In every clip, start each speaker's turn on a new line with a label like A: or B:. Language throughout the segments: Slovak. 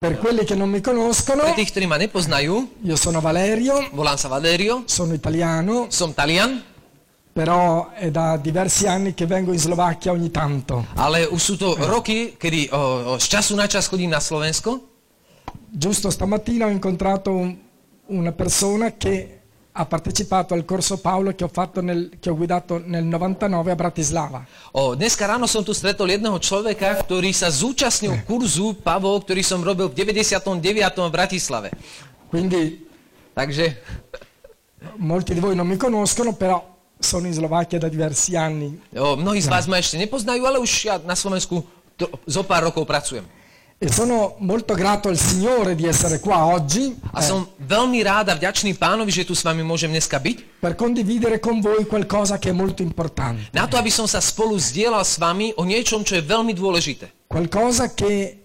A: Per quelli che non mi conoscono,
B: Pre tých, ktorí ma nepoznajú,
A: io sono Valerio,
B: volám sa Valerio,
A: sono italiano,
B: som Talian,
A: però è da diversi anni che vengo in Slovacchia ogni tanto.
B: ale už sú to roky, kedy o, o, z času na čas chodím na Slovensko.
A: Giusto stamattina ho incontrato un- una persona che ha partecipato al corso Paolo che ho, fatto nel- che ho guidato nel 99 a Bratislava.
B: O, dneska ráno som tu stretol jedného človeka, ktorý sa zúčastnil kurzu Pavol, ktorý som robil v 99. v Bratislave.
A: Quindi
B: Takže
A: molti di voi non mi conoscono, però sono in Slovacchia da diversi anni
B: o, mnohí z vás ma ešte nepoznajú, ale už ja na Slovensku to, zo pár rokov pracujem.
A: e sono molto grato al Signore di essere qua oggi eh,
B: A som veľmi rád a vďačný pánovi, že tu s vami môžem dneska byť,
A: eh, per condividere con voi qualcosa che è molto importante.
B: na to, aby som sa spolu zdieľal s vami o niečom, čo je veľmi dôležité.
A: qualcosa che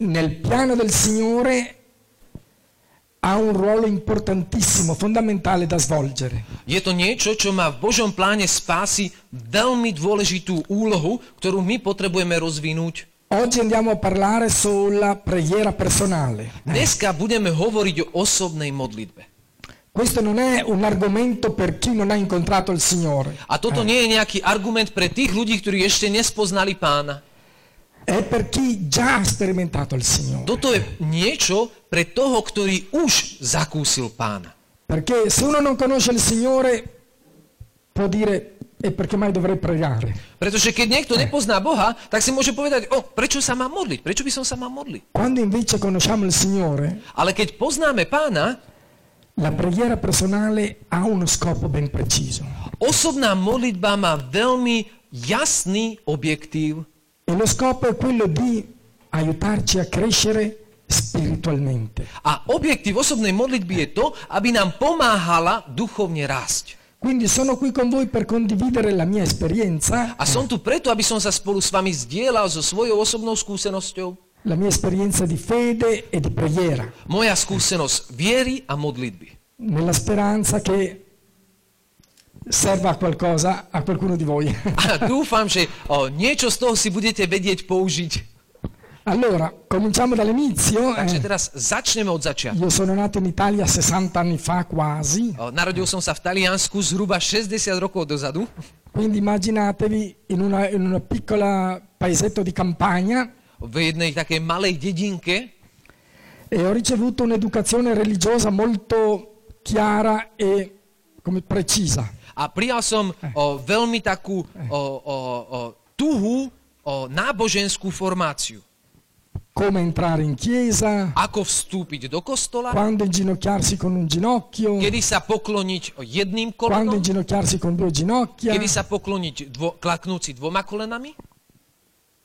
A: nel piano del Signore ha un ruolo importantissimo, fondamentale da svolgere.
B: Je to niečo, čo má v Božom pláne spásy veľmi dôležitú úlohu, ktorú my potrebujeme rozvinúť.
A: Oggi andiamo a parlare sulla preghiera personale.
B: Dneska budeme hovoriť o osobnej modlitbe.
A: Questo non è un argomento per chi non ha incontrato il Signore,
B: A toto nie je nejaký argument pre tých ľudí, ktorí ešte nespoznali pána.
A: è per chi già ha sperimentato il Signore.
B: Toto je niečo pre toho, ktorý už zakúsil pána.
A: Perché se uno non conosce il Signore può dire e perché mai dovrei pregare?
B: Pretože keď niekto nepozná Boha, tak si môže povedať, o, prečo sa mám modliť? Prečo by som sa mal modliť?
A: Quando invece conosciamo il Signore,
B: Ale keď poznáme pána,
A: la preghiera personale ha uno scopo ben preciso.
B: osobná modlitba má veľmi jasný objektív,
A: E lo scopo è quello di aiutarci a crescere spiritualmente.
B: A objektív osobnej modlitby je to, aby nám pomáhala duchovne rásť.
A: Quindi sono qui con voi per condividere la mia esperienza,
B: A som tu preto, aby som sa spolu s vami zdieľal so svojou osobnou skúsenosťou.
A: la mia esperienza di fede e di preghiera,
B: Moja skúsenosť viery a modlitby.
A: nella speranza che serva a qualcosa a qualcuno di voi.
B: A dúfam, že o, niečo z toho si budete vedieť použiť.
A: Allora, cominciamo dall'inizio.
B: Takže
A: eh.
B: teraz začneme od začiatku.
A: Io sono nato in Italia 60 anni fa quasi,
B: O, Narodil som sa v Taliansku zhruba 60 rokov dozadu.
A: quindi immaginatevi in una, in una piccola paesetto di campagna
B: V jednej takej malej dedinke.
A: e ho ricevuto un'educazione religiosa molto chiara e come, precisa.
B: A prijal som o, veľmi takú o, o, o, tuhú o, náboženskú formáciu.
A: Come entrare in chiesa,
B: ako vstúpiť do kostola,
A: quando inginocchiarsi con un ginocchio,
B: kedy sa pokloniť jedným
A: quando
B: kolenom,
A: inginocchiarsi con due ginocchia,
B: kedy sa pokloniť dvo, klaknúci dvoma kolenami,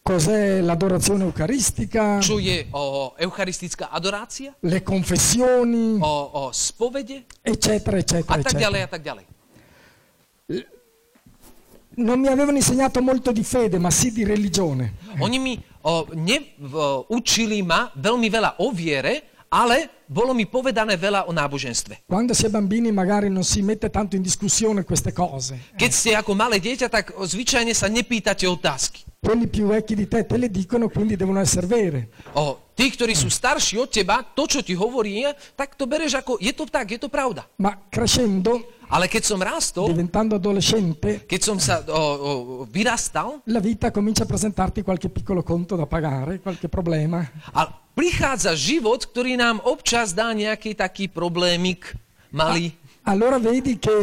A: cos'è l'adorazione eucaristica,
B: čo je o, eucharistická adorácia,
A: le confessioni,
B: o, o spovede
A: eccetera,
B: a
A: eccetera,
B: tak
A: eccetera.
B: ďalej a tak ďalej.
A: Non mi avevano insegnato molto di fede, ma sì di religione.
B: Oni mi o, ne, v, učili ma veľmi veľa o viere, ale bolo mi povedané veľa o náboženstve.
A: Quando si è bambini magari non si mette tanto in discussione queste cose.
B: Keď ste ako malé dieťa, tak o, zvyčajne sa nepýtate otázky.
A: Quelli più vecchi di te te le dicono, quindi devono essere vere.
B: O, tí, ktorí sú starší od teba, to, čo ti hovorí, tak to bereš ako, je to tak, je to pravda.
A: Ma crescendo
B: Ale keď som rástol,
A: diventando adolescente,
B: keď som sa o, o, vyrastal,
A: la vita comincia a presentarti qualche piccolo conto da pagare, qualche problema.
B: a prichádza život, ktorý nám občas dá nejaký taký problémik malý.
A: Allora vedi che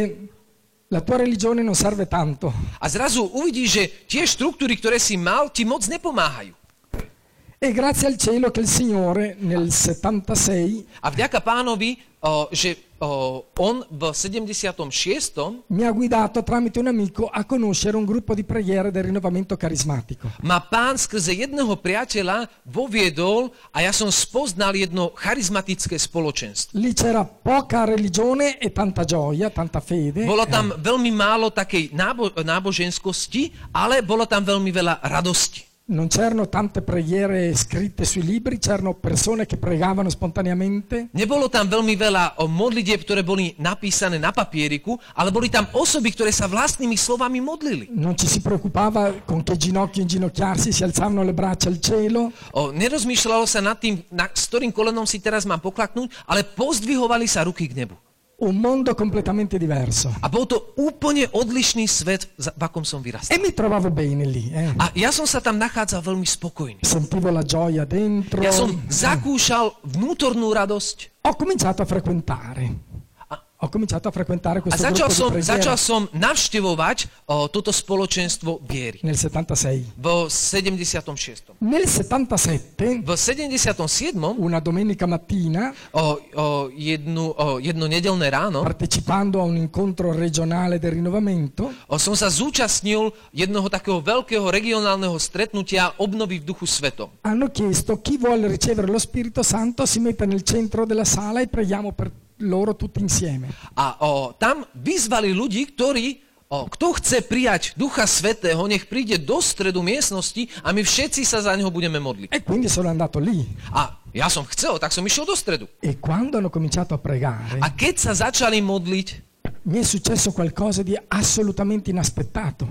A: la tua religione non serve tanto
B: A zrazu uvidíš, že tie štruktúry, ktoré si mal, ti moc nepomáhajú.
A: e grazie al cielo che il Signore nel 76
B: A vďaka pánovi, o, že o, on v 76.
A: mi ha guidato tramite un amico a conoscere un gruppo di preghiere del rinnovamento carismatico.
B: ma pán skrze jedného priateľa voviedol a ja som spoznal jedno charizmatické spoločenstvo.
A: Lì c'era poca religione e tanta gioia, tanta fede.
B: Bolo tam veľmi málo takej nábo- náboženskosti, ale bolo tam veľmi veľa radosti.
A: non c'erano tante preghiere scritte sui libri, c'erano persone che pregavano spontaneamente.
B: Nebolo tam veľmi veľa o modlitieb, ktoré boli napísané na papieriku, ale boli tam osoby, ktoré sa vlastnými slovami modlili.
A: Non ci si preoccupava con che ginocchio inginocchiarsi, si alzavano le braccia al cielo,
B: O, nerozmýšľalo sa nad tým, na, s ktorým kolenom si teraz mám poklaknúť, ale pozdvihovali sa ruky k nebu.
A: un mondo completamente diverso.
B: A bol to úplne odlišný svet, za- v akom som
A: E
B: vyrastal.
A: mi trovavo bene lì, eh.
B: A ja som sa tam nachádzal veľmi spokojný.
A: sentivo la gioia dentro.
B: Ja som zakúšal vnútornú radosť
A: Ho cominciato a frequentare.
B: Ah.
A: Ho cominciato a frequentare
B: a
A: questo gruppo
B: začal
A: di
B: som,
A: preghiera
B: začal som navštevovať o, toto spoločenstvo viery.
A: nel 76.
B: V 76.
A: Nel 77,
B: V 77. O,
A: una domenica mattina,
B: o, jednu, o, jedno nedelné ráno
A: partecipando a un incontro regionale del rinnovamento,
B: o, som sa zúčastnil jednoho takého veľkého regionálneho stretnutia obnovy v duchu svetom.
A: hanno chiesto chi vuole ricevere lo Spirito Santo si metta nel centro della sala e preghiamo per loro tutti insieme.
B: A o, tam vyzvali ľudí, ktorí, o, kto chce prijať Ducha Svetého, nech príde do stredu miestnosti a my všetci sa za neho budeme modliť.
A: E quindi sono andato lì
B: A ja som chcel, tak som išiel do stredu.
A: e quando hanno cominciato a pregare
B: A keď sa začali modliť,
A: mi è successo qualcosa di assolutamente inaspettato.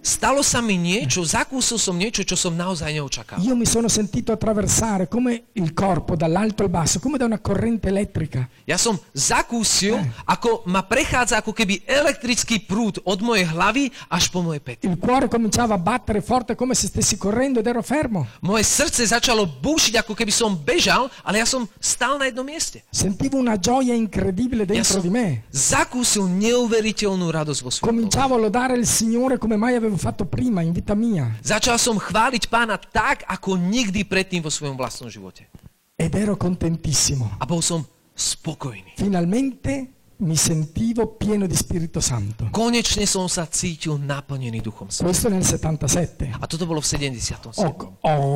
B: stalo sa mi niečo, zakúsil som niečo, čo som naozaj neočakával.
A: Io mi sono sentito attraversare come il corpo dall'alto al basso, come da una corrente elettrica.
B: Ja som zakúsil, ako ma prechádza ako keby elektrický prúd od mojej hlavy až po moje pety.
A: Il cuore cominciava a battere forte come se stessi correndo ed ero fermo.
B: Moje srdce začalo búšiť, ako keby som bežal, ale ja som stál na jednom mieste.
A: Sentivo una gioia incredibile dentro
B: Yes.
A: di me.
B: zakúsil neuveriteľnú radosť vo svojom. duchu.
A: Cominciavo a lodare il Signore come mai avevo fatto prima in vita mia.
B: Začal som chváliť pána tak, ako nikdy predtým vo svojom vlastnom živote.
A: Ed ero contentissimo.
B: A bol som spokojný.
A: Finalmente mi sentivo pieno di Spirito Santo.
B: Konečne som sa cítil naplnený Duchom Svetým.
A: Questo nel 77.
B: A toto bolo v 77.
A: Ho, ho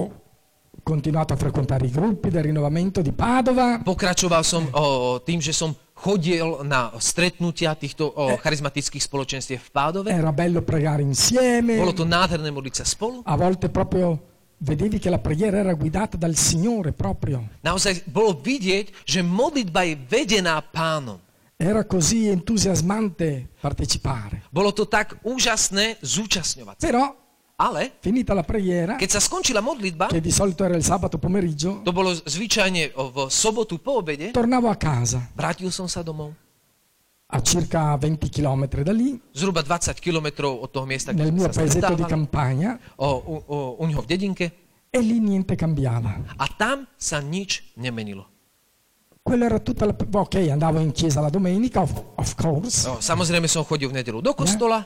A: continuato a frequentare i gruppi del rinnovamento di Padova.
B: Pokračoval som o, tým, že som chodil na stretnutia týchto o, charizmatických spoločenstiev v Pádove.
A: Era bello pregare
B: Bolo
A: insieme.
B: to nádherné modliť sa spolu.
A: A volte proprio vedevi che la preghiera era guidata dal Signore proprio.
B: Naozaj bolo vidieť, že modlitba je vedená pánom.
A: Era così entusiasmante partecipare.
B: Bolo to tak úžasné zúčastňovať. sa.
A: Però,
B: Ale
A: finita la preghiera,
B: Keď sa skončila modlitba,
A: che di solito era il sabato pomeriggio,
B: to bolo zvyčajne o, v sobotu po obede,
A: tornavo a casa
B: vrátil som sa domov.
A: a circa 20 km da lì,
B: Zhruba 20 kilometrov od toho miesta,
A: nel
B: kde
A: mio
B: sme sa
A: paesetto di
B: stretávali,
A: campagna,
B: o, u, o, u neho v dedinke.
A: e lì niente cambiava.
B: A tam sa nič nemenilo.
A: Quello era tutta la... Ok, andavo in chiesa la domenica, of, of course,
B: No, samozrejme som chodil v nedelu do kostola,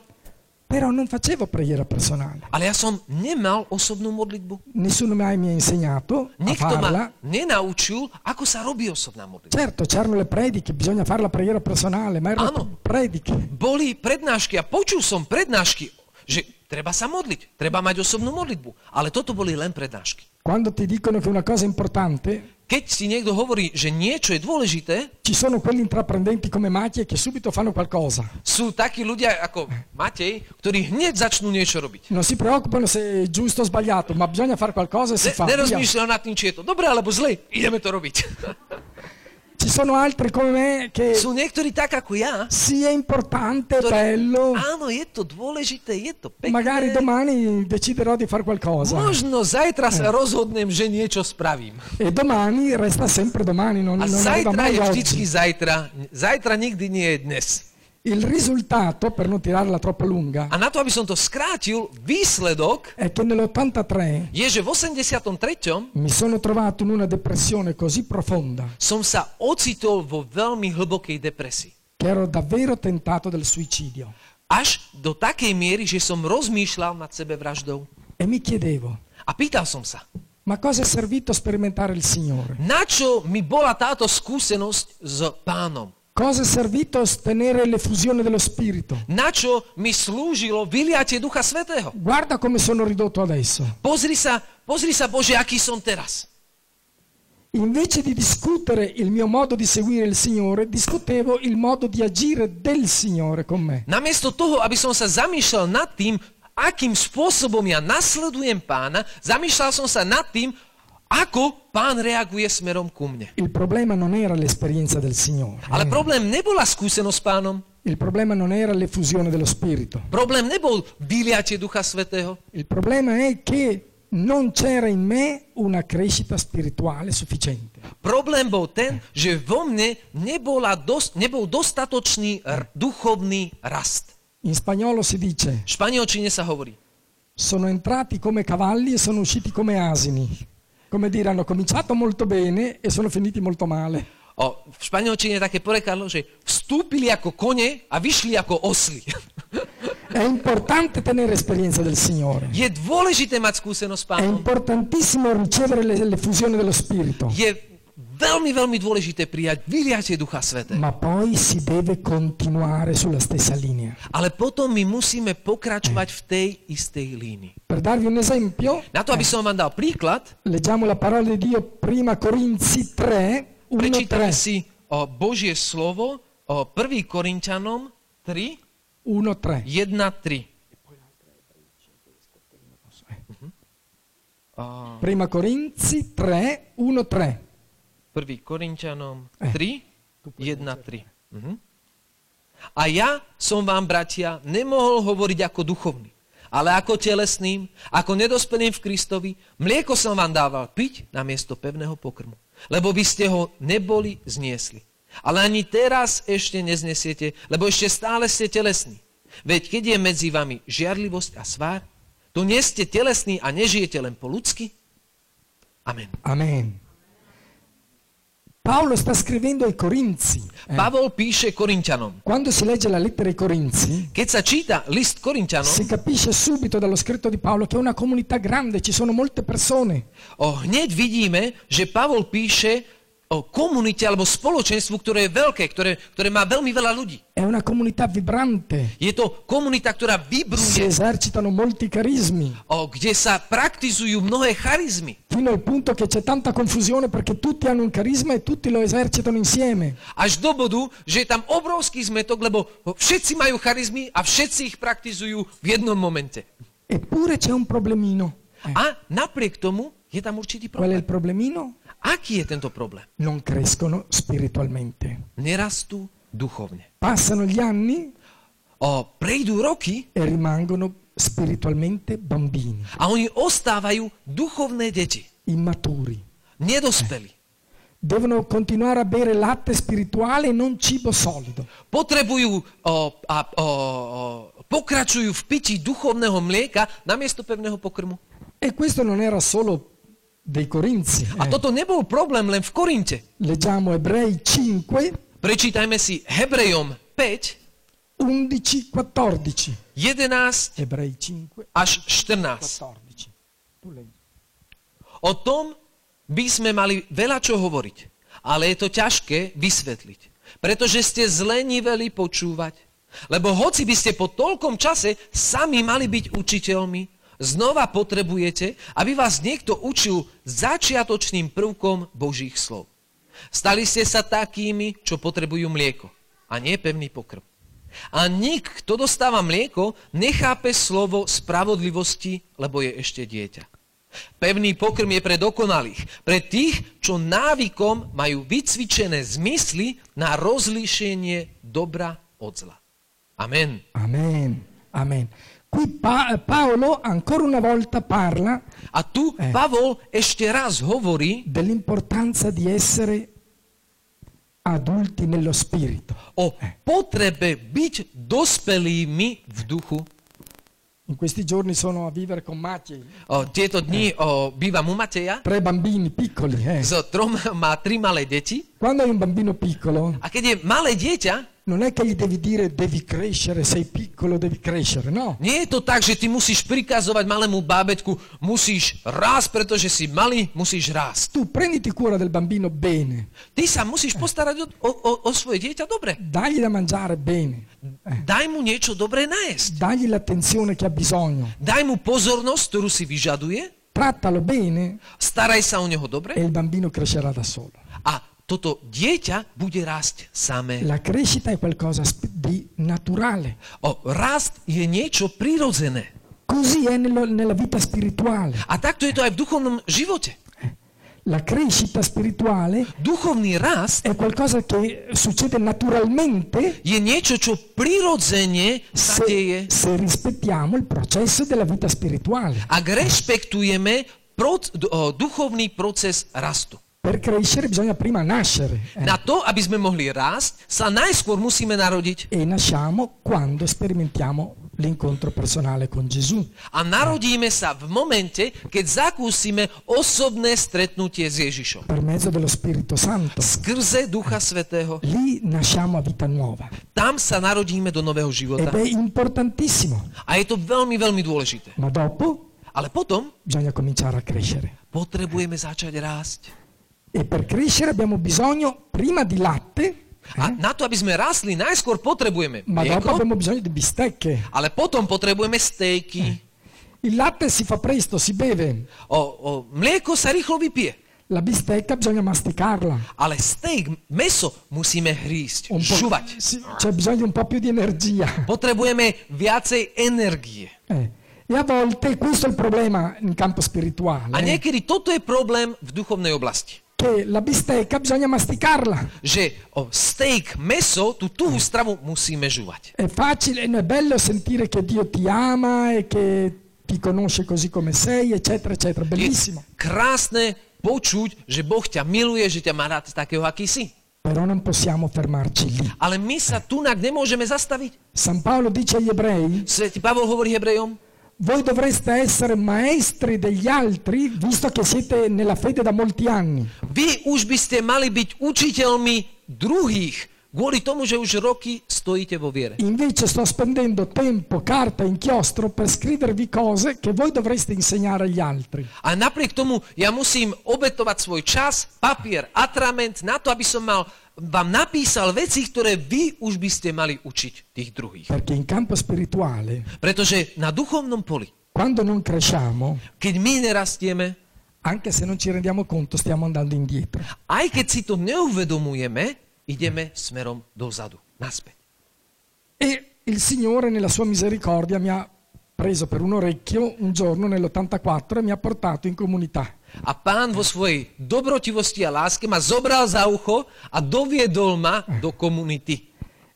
A: però non facevo preghiera personale.
B: ale ja som nemal osobnú modlitbu.
A: Nessuno mai mi ha insegnato a
B: Nikto
A: farla.
B: ma nenaučil, ako sa robí osobná modlitba.
A: Certo, c'erano le prediche, bisogna fare la preghiera personale, ma erano
B: Ah, no.
A: prediche.
B: Boli prednášky a počul som prednášky, že treba sa modliť, treba mať osobnú modlitbu. Ale toto boli len prednášky.
A: Quando ti dicono che una cosa è importante,
B: Keď si niekto hovorí, že niečo je dôležité,
A: ci sono quelli intraprendenti come Mattia che subito fanno qualcosa.
B: sú takí ľudia ako Matej, ktorí hneď začnú niečo robiť.
A: Non si preoccupano se è giusto o sbagliato, ma bisogna fare qualcosa e si
B: Ne,
A: fa. via.
B: nerozmýšľajú nad tým, či je to dobre alebo zle. Ideme to robiť.
A: Ci sono altri come me che
B: Sú niektorí tak ako ja,
A: sì è importante, è
B: Dor-
A: bello,
B: áno, je to dôležité, je to
A: magari
B: pekné.
A: domani deciderò di fare qualcosa.
B: Možno zajtra sa rozhodnem, že niečo spravím.
A: E domani resta sempre domani, non,
B: A
A: non arriva
B: zajtra
A: mai
B: je
A: oggi.
B: vždycky zajtra. Zajtra nikdy nie je dnes.
A: Il risultato, per non tirarla troppo lunga,
B: A na to, aby som to skrátil, výsledok
A: è che nell'83
B: je, že v 83.
A: Mi sono trovato in una depressione così profonda
B: som sa ocitol vo veľmi hlbokej depresii.
A: che ero davvero tentato del suicidio
B: Až do takej miery, že som rozmýšľal nad sebevraždou.
A: e mi chiedevo,
B: A pýtal som sa,
A: ma cosa è servito sperimentare il Signore?
B: na čo mi bola táto skúsenosť s pánom?
A: Cosa è servito ottenere l'effusione dello Spirito?
B: Na čo mi slúžilo vyliatie Ducha Svetého?
A: Guarda come sono ridotto adesso.
B: Pozri sa, pozri sa Bože, aký som teraz.
A: Invece di discutere il mio modo di seguire il Signore, discutevo il modo di agire del Signore con me.
B: Namiesto toho, aby som sa zamýšľal nad tým, akým spôsobom ja nasledujem pána, zamýšľal som sa nad tým, ako pán reaguje smerom ku mne.
A: Il problema non era l'esperienza del Signore,
B: Ale problém nebola skúsenosť s pánom,
A: il problema non era l'effusione dello Spirito,
B: problém nebol vyliatie Ducha Svetého,
A: il problema è che non c'era in me una crescita spirituale sufficiente.
B: problém bol ten, že vo mne nebola dos, nebol dostatočný r- duchovný rast.
A: In spagnolo si dice,
B: V španielčine sa hovorí,
A: sono entrati come cavalli e sono usciti come asini. Come dire, hanno cominciato molto bene e sono finiti molto male.
B: o, v španielčine je také porekadlo, že vstúpili ako kone a vyšli ako osly.
A: È importante tenere esperienza del Signore.
B: Je dôležité mať skúsenosť s
A: È
B: pánom.
A: importantissimo ricevere le- l'effusione dello Spirito.
B: Je veľmi, veľmi dôležité prijať vyliatie Ducha Svetého.
A: Ma poi si deve continuare sulla stessa linea.
B: Ale potom my musíme pokračovať v tej istej línii.
A: Per darvi un esempio,
B: Na to, aby som vám dal príklad,
A: leggiamo la parola di Dio prima Corinzi 3, 1,
B: prečítame
A: 3.
B: si o, Božie slovo o 1. Korinčanom 3,
A: 1, 3.
B: 1, 3. Mhm.
A: Prima Corinzi 3, 1, 3.
B: 1. Korinčanom
A: Eh.
B: 3, 1, 3. Mhm. A ja som vám, bratia, nemohol hovoriť ako duchovný, ale ako telesným, ako nedospelým v Kristovi. Mlieko som vám dával piť namiesto pevného pokrmu, lebo by ste ho neboli zniesli. Ale ani teraz ešte neznesiete, lebo ešte stále ste telesní. Veď keď je medzi vami žiarlivosť a svár, to nie ste telesní a nežijete len po ľudsky? Amen.
A: Amen. Paolo sta scrivendo ai Corinzi. eh.
B: Pavol píše Korinčanom,
A: Quando si legge la lettera ai Corinzi,
B: Keď sa číta list
A: si
B: Korinťanom,
A: capisce subito dallo scritto di Paolo che è una comunità grande, ci sono molte persone.
B: o, hneď vidíme, že Pavol píše o komunite alebo spoločenstvu, ktoré je veľké, ktoré, ktoré má veľmi veľa ľudí.
A: È una comunità vibrante,
B: Je to komunita, ktorá
A: si
B: vybruje,
A: esercitano molti carismi,
B: o, kde sa praktizujú mnohé charizmy.
A: fino al punto che c'è tanta confusione perché tutti hanno un carisma e tutti lo esercitano insieme.
B: Až do bodu, že je tam obrovský zmetok, lebo všetci majú charizmy a všetci ich praktizujú v jednom momente.
A: Eppure c'è un problemino. Eh,
B: A napriek tomu je tam určitý
A: Qual è il
B: problém.
A: problemino?
B: Aký je tento problém?
A: Non crescono spiritualmente.
B: Nerastú duchovne.
A: Passano gli anni
B: O, prejdú roky
A: e rimangono spiritualmente bambini,
B: A oni ostávajú duchovné deti,
A: immaturi.
B: nedospelí.
A: Devono continuare a bere latte spirituale e non cibo solido.
B: Potrebujú o, a o, o, pokračujú v pití duchovného mlieka namiesto pevného pokrmu.
A: E questo non era solo dei Corinzi.
B: A
A: eh.
B: toto nebol problém len v Korinte.
A: Leggiamo Ebrei 5,
B: Prečítajme si Hebrejom 5,
A: 11, 14.
B: 11
A: Ebrei 5,
B: až 14.
A: 14. Tu leggi.
B: O tom by sme mali veľa čo hovoriť, ale je to ťažké vysvetliť, pretože ste zleniveli počúvať. Lebo hoci by ste po toľkom čase sami mali byť učiteľmi, znova potrebujete, aby vás niekto učil začiatočným prvkom Božích slov. Stali ste sa takými, čo potrebujú mlieko a nie pevný pokrm. A nik, kto dostáva mlieko, nechápe slovo spravodlivosti, lebo je ešte dieťa. Pevný pokrm je pre dokonalých, pre tých, čo návykom majú vycvičené zmysly na rozlíšenie dobra od zla. Amen.
A: Amen. Amen. Qui Pa- Paolo ancora una volta parla
B: A tu Pavol ešte raz hovorí
A: dell'importanza di essere adulti nello spirito.
B: o potrebe byť dospelými v duchu.
A: In questi giorni sono a vivere con Matti,
B: O, tieto dni o, bývam u Mateja,
A: tre bambini piccoli. eh.
B: so, trom, má tri malé deti.
A: Quando hai un bambino piccolo,
B: A keď je malé dieťa,
A: non è che gli devi dire devi crescere, sei piccolo, devi crescere, no.
B: nie je to tak, že ty musíš prikazovať malému bábetku, musíš rásť, pretože si malý, musíš rásť.
A: Tu prenditi cura del bambino bene,
B: Ty sa musíš postarať o, o, o, o svoje dieťa dobre.
A: dagli da mangiare bene, eh.
B: Daj mu niečo dobré nájsť.
A: dagli l'attenzione che ha bisogno,
B: Daj mu pozornosť, ktorú si vyžaduje.
A: trattalo bene
B: Staraj sa o neho
A: e
B: dobre.
A: il bambino crescerà da solo.
B: A toto dieťa bude rásť samé.
A: La crescita è qualcosa sp- di naturale.
B: O, rast je niečo prirodzené.
A: Qui Così è nello- nella vita spirituale.
B: A takto je to aj v duchovnom živote.
A: La crescita spirituale
B: Duchovný rast
A: è qualcosa che succede naturalmente
B: je niečo, čo prirodzene sa
A: se,
B: deje,
A: se rispettiamo il processo della vita spirituale.
B: ak rešpektujeme proc- d- o, duchovný proces rastu.
A: Per crescere bisogna prima nascere eh,
B: Na to, aby sme mohli rásť, sa najskôr musíme narodiť.
A: e nasciamo quando sperimentiamo l'incontro personale con Gesù.
B: A narodíme sa v momente, keď zakúsime osobné stretnutie s Ježišom.
A: per mezzo dello Spirito Santo.
B: Skrze Ducha Svetého.
A: Lì nasciamo a vita nuova
B: Tam sa narodíme do nového
A: ed
B: života.
A: è importantissimo,
B: A je to veľmi, veľmi dôležité.
A: ma dopo
B: Ale potom
A: bisogna cominciare a crescere
B: potrebujeme začať rásť.
A: e per crescere abbiamo bisogno prima di latte,
B: A na to, aby sme rástli, najskôr potrebujeme
A: Hm? ma dopo
B: mlieko,
A: abbiamo bisogno di bistecche.
B: ale potom potrebujeme
A: Hm.
B: stejky.
A: Il latte si fa presto, si beve,
B: O, o, mlieko sa rýchlo vypije,
A: la bistecca bisogna masticarla.
B: ale stejk, meso musíme hrísť,
A: Un Um, po',
B: žuvať.
A: sì, c'è bisogno di un po' più di energia.
B: Potrebujeme viacej energie.
A: Eh, E a volte questo è il problema in campo
B: A
A: spirituale, eh,
B: niekedy toto je problém v duchovnej oblasti.
A: che la bistecca bisogna masticarla.
B: Že o, steak, meso, tú tuhú stravu musíme žuvať.
A: È facile, è bello sentire che Dio ti ama e che ti conosce così come sei, eccetera, eccetera.
B: Je
A: Bellissimo.
B: krásne počuť, že Boh ťa miluje, že ťa má rád takého, aký si.
A: Però non possiamo fermarci lì.
B: Ale my sa tunak nemôžeme zastaviť.
A: San Paolo dice agli ebrei,
B: Svetý Pavol hovorí Hebrejom,
A: voi dovreste essere maestri degli altri, visto che siete nella fede da molti anni.
B: Vy už by ste mali byť učiteľmi druhých, kvôli tomu, že už roky stojíte vo viere.
A: Invece sto spendendo tempo, carta, inchiostro per scrivervi cose che voi dovreste insegnare agli altri.
B: A napriek tomu ja musím obetovať svoj čas, papier, atrament na to, aby som mal, vám napísal veci, ktoré vy už by ste mali učiť tých druhých.
A: Perché in campo spirituale,
B: Pretože na duchovnom poli,
A: quando non cresciamo,
B: keď my nerastieme,
A: anche se non ci rendiamo conto, stiamo andando indietro.
B: aj keď si to neuvedomujeme, ideme smerom dozadu, naspäť.
A: E il Signore nella sua misericordia mi ha preso per un orecchio un giorno nell'84 e mi ha portato in comunità.
B: A pán vo svojej dobrotivosti a láske ma zobral za ucho a doviedol ma do komunity.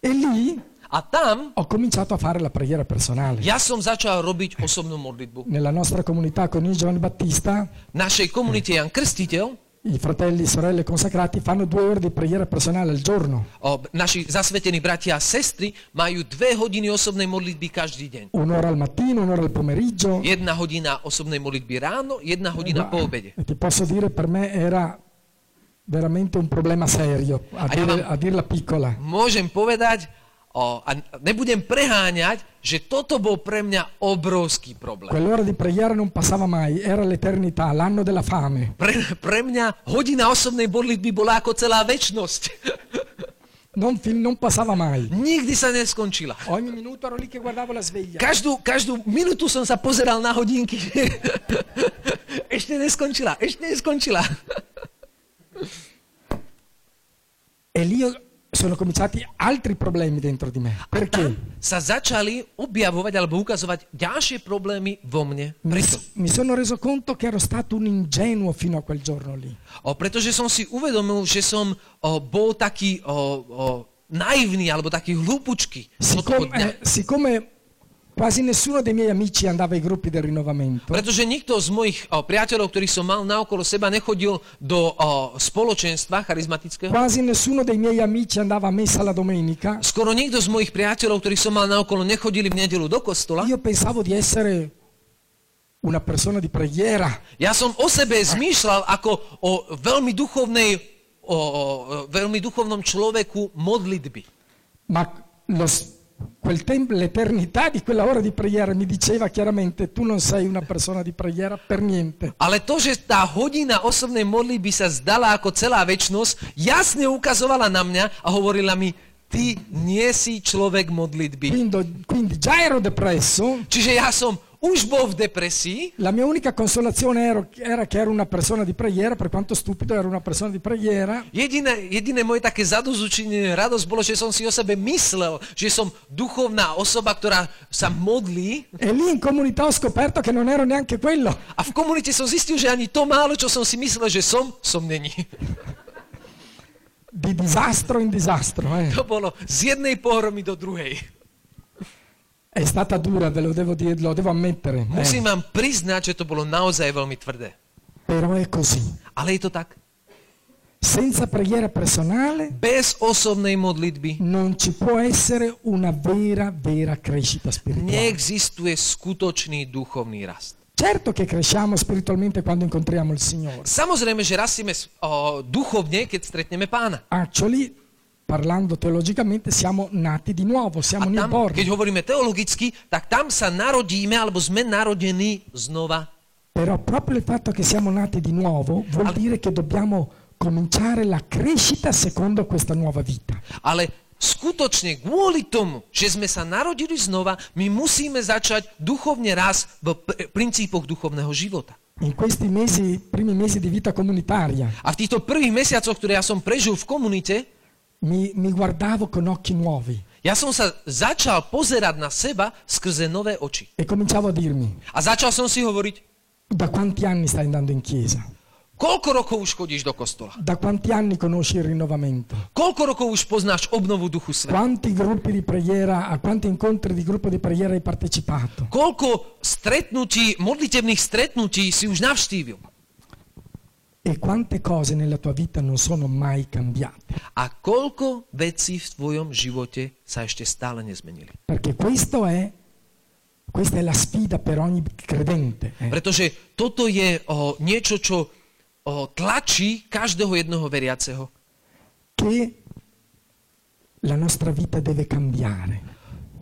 A: E lì
B: A tam
A: ho cominciato a fare la preghiera personale.
B: ja som začal robiť osobnú modlitbu.
A: Nella nostra comunità con il Giovanni Battista
B: V našej komunite Jan Krstiteľ,
A: i fratelli e sorelle consacrati fanno due ore di preghiera personale al giorno.
B: o, naši zasvetení bratia a sestry majú dve hodiny osobnej modlitby každý deň.
A: Un'ora al mattino, un'ora al pomeriggio.
B: Jedna hodina osobnej modlitby ráno, jedna hodina po obede.
A: E ti posso dire, per me era veramente un problema serio, a,
B: Ah, io
A: dire-
B: non-
A: a dirla piccola.
B: Môžem povedať, o, a nebudem preháňať, že toto bol pre mňa obrovský problém.
A: Quell'ora di preghiera non passava mai, era l'eternità, l'anno della fame.
B: Pre, pre mňa hodina osobnej modlitby bola ako celá väčnosť.
A: Non, fin- non passava mai.
B: Nikdy sa neskončila.
A: Ogni minuto ero lì che guardavo la sveglia.
B: Každú, každú minútu som sa pozeral na hodinky. ešte neskončila, ešte neskončila.
A: E lì ho- sono cominciati altri problemi dentro di me.
B: Tam
A: Perché
B: sa začali objavovať alebo ukazovať ďalšie problémy vo mne.
A: mi,
B: Preto.
A: s- mi sono reso conto che ero stato un ingenuo fino a quel giorno lì.
B: O, pretože som si uvedomil, že som o, bol taký o, o, naivný alebo taký hlúpučky. od toho
A: Siccome,
B: dňa.
A: eh, siccome quasi nessuno dei miei amici andava ai gruppi del rinnovamento,
B: Pretože nikto z mojich o, priateľov, ktorých som mal naokolo seba, nechodil do o, spoločenstva charizmatického.
A: quasi nessuno dei miei amici andava a messa la domenica,
B: Skoro nikto z mojich priateľov, ktorých som mal naokolo, nechodili v nedelu do kostola.
A: io pensavo di essere una persona di preghiera.
B: Ja som o sebe zmýšľal ako o veľmi duchovnej o, o, o veľmi duchovnom človeku modlitby.
A: Ma lo s- quel tem- l'eternità di quella ora di preghiera mi diceva chiaramente tu non sei una persona di preghiera per niente.
B: Ale to, že tá hodina osobnej modlitby sa zdala ako celá väčnosť, jasne ukazovala na mňa a hovorila mi, ty nie si človek modlitby.
A: Quindi, quindi già ero depresso
B: Čiže ja som už bol v depresii,
A: La mia unica consolazione ero- era che ero una persona di preghiera, per quanto stupido ero una persona di preghiera,
B: Jediné, jediné moje také zadozučinenie, radosť bolo, že som si o sebe myslel, že som duchovná osoba, ktorá sa modlí
A: e lì in comunità ho scoperto che non ero neanche quello.
B: a v komunite som zistil, že ani to málo, čo som si myslel, že som, som není.
A: Di disastro in disastro, eh.
B: To bolo z jednej pohromy do druhej.
A: È stata dura, ve lo devo dire, lo devo ammettere. eh.
B: Musím vám priznať, že to bolo naozaj veľmi tvrdé.
A: Però è così.
B: Ale je to tak.
A: Senza preghiera personale
B: Bez osobnej modlitby
A: non ci può essere una vera, vera crescita spirituale.
B: neexistuje skutočný duchovný rast.
A: Certo che cresciamo spiritualmente quando incontriamo il Signore.
B: Samozrejme, že rastieme s- o, duchovne, keď stretneme pána.
A: Actually, parlando teologicamente, siamo nati di nuovo, siamo
B: A tam,
A: newborn.
B: keď hovoríme teologicky, tak tam sa narodíme, alebo sme narodení znova.
A: Però proprio il fatto che siamo nati di nuovo vuol dire che dobbiamo cominciare la crescita secondo questa nuova vita.
B: Ale skutočne kvôli tomu, že sme sa narodili znova, my musíme začať duchovne raz v pr- princípoch duchovného života.
A: In questi mesi, primi mesi di vita comunitaria,
B: A v týchto prvých mesiacoch, ktoré ja som prežil v komunite,
A: mi, mi guardavo con occhi nuovi
B: ja som sa začal pozerať na seba skrze nové oči.
A: e cominciavo a dirmi,
B: A začal som si hovoriť,
A: da quanti anni stai andando in chiesa?
B: koľko rokov už chodíš do kostola?
A: Da quanti anni conosci il rinnovamento?
B: Koľko rokov už poznáš obnovu duchu sveta?
A: Quanti gruppi di preghiera, a quanti incontri di gruppo di preghiera hai partecipato?
B: Koľko stretnutí, modlitevných stretnutí si už navštívil?
A: E quante cose nella tua vita non sono mai cambiate?
B: A koľko vecí v tvojom živote sa ešte stále nezmenili?
A: Perché questo è, questa è la sfida per ogni credente. eh.
B: Pretože toto je o, niečo, čo o, tlačí každého jedného veriaceho.
A: che la nostra vita deve cambiare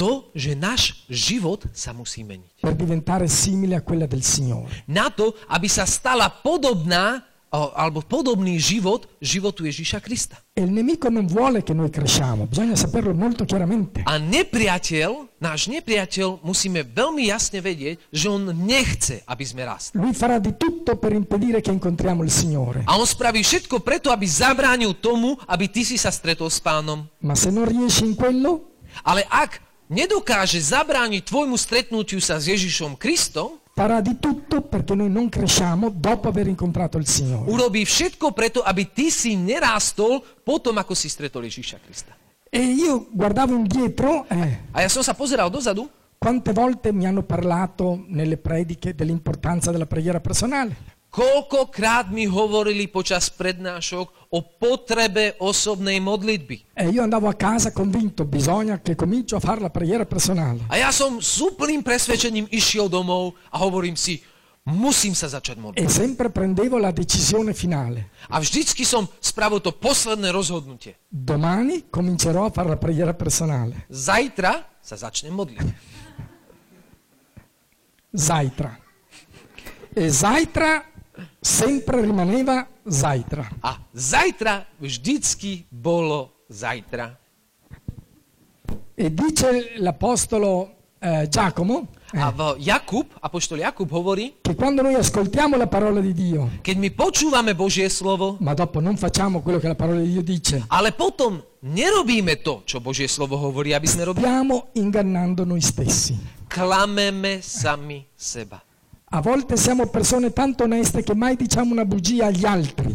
B: To, že náš život sa musí meniť.
A: per diventare simile a quella del Signore.
B: Na to, aby sa stala podobná o, alebo podobný život životu Ježíša Krista.
A: E il nemico non vuole che noi cresciamo, bisogna saperlo molto chiaramente.
B: A nepriateľ, náš nepriateľ, musíme veľmi jasne vedieť, že on nechce, aby sme rastli.
A: Lui farà di tutto per impedire che incontriamo il Signore,
B: A on spraví všetko preto, aby zabránil tomu, aby ty si sa stretol s pánom.
A: ma se non riesci in quello,
B: Ale ak nedokáže zabrániť tvojmu stretnutiu sa s Ježišom Kristom,
A: farà di tutto perché noi non cresciamo dopo aver incontrato il Signore.
B: urobí všetko preto, aby ty si nerástol potom, ako si stretol Ježiša Krista.
A: E io guardavo indietro, eh,
B: A ja som sa pozeral dozadu,
A: quante volte mi hanno parlato nelle prediche dell'importanza della preghiera personale.
B: koľkokrát mi hovorili počas prednášok o potrebe osobnej modlitby.
A: E io andavo a casa convinto, bisogna che comincio a fare la preghiera personale.
B: A ja som s úplným presvedčením išiel domov a hovorím si, musím sa začať modliť.
A: E sempre prendevo la decisione finale.
B: A vždycky som spravil to posledné rozhodnutie.
A: Domani comincerò a fare la preghiera personale.
B: Zajtra sa začnem modliť.
A: Zaitra. E Zaitra sempre rimaneva Zaitra.
B: A zajtra vždycky bolo zajtra.
A: E dice l'apostolo eh, Giacomo
B: A v Jakub, apoštol Jakub hovorí,
A: che quando noi ascoltiamo la parola di Dio,
B: keď my počúvame Božie slovo,
A: ma dopo non facciamo quello che la parola di Dio dice,
B: ale potom nerobíme to, čo Božie slovo hovorí, aby sme robili.
A: stiamo ingannando noi stessi.
B: Klameme sami seba.
A: A volte siamo persone tanto oneste che mai diciamo una bugia agli altri.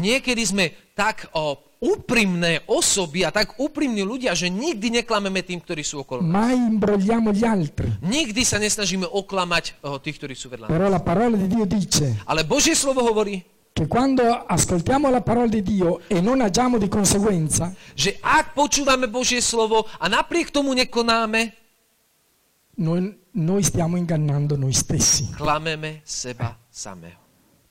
B: Niekedy sme tak o, úprimné osoby a tak úprimní ľudia, že nikdy neklameme tým, ktorí sú okolo. nás.
A: mai imbrogliamo gli altri.
B: Nikdy sa nesnažíme oklamať o, tých, ktorí sú vedľa. nás.
A: Però la parola di Dio dice
B: Ale Božie slovo hovorí,
A: che quando ascoltiamo la parola di Dio e non agiamo di conseguenza,
B: že ak počúvame Božie slovo a napriek tomu nekonáme,
A: noi, noi stiamo ingannando noi stessi.
B: klameme seba samého.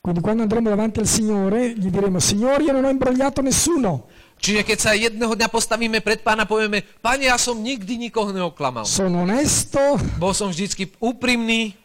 A: Quindi quando andremo davanti al Signore gli diremo, Signore io non ho imbrogliato nessuno,
B: Čiže keď sa jedného dňa postavíme pred pána, povieme, pane, ja som nikdy nikoho neoklamal.
A: sono onesto,
B: Bol som vždycky úprimný,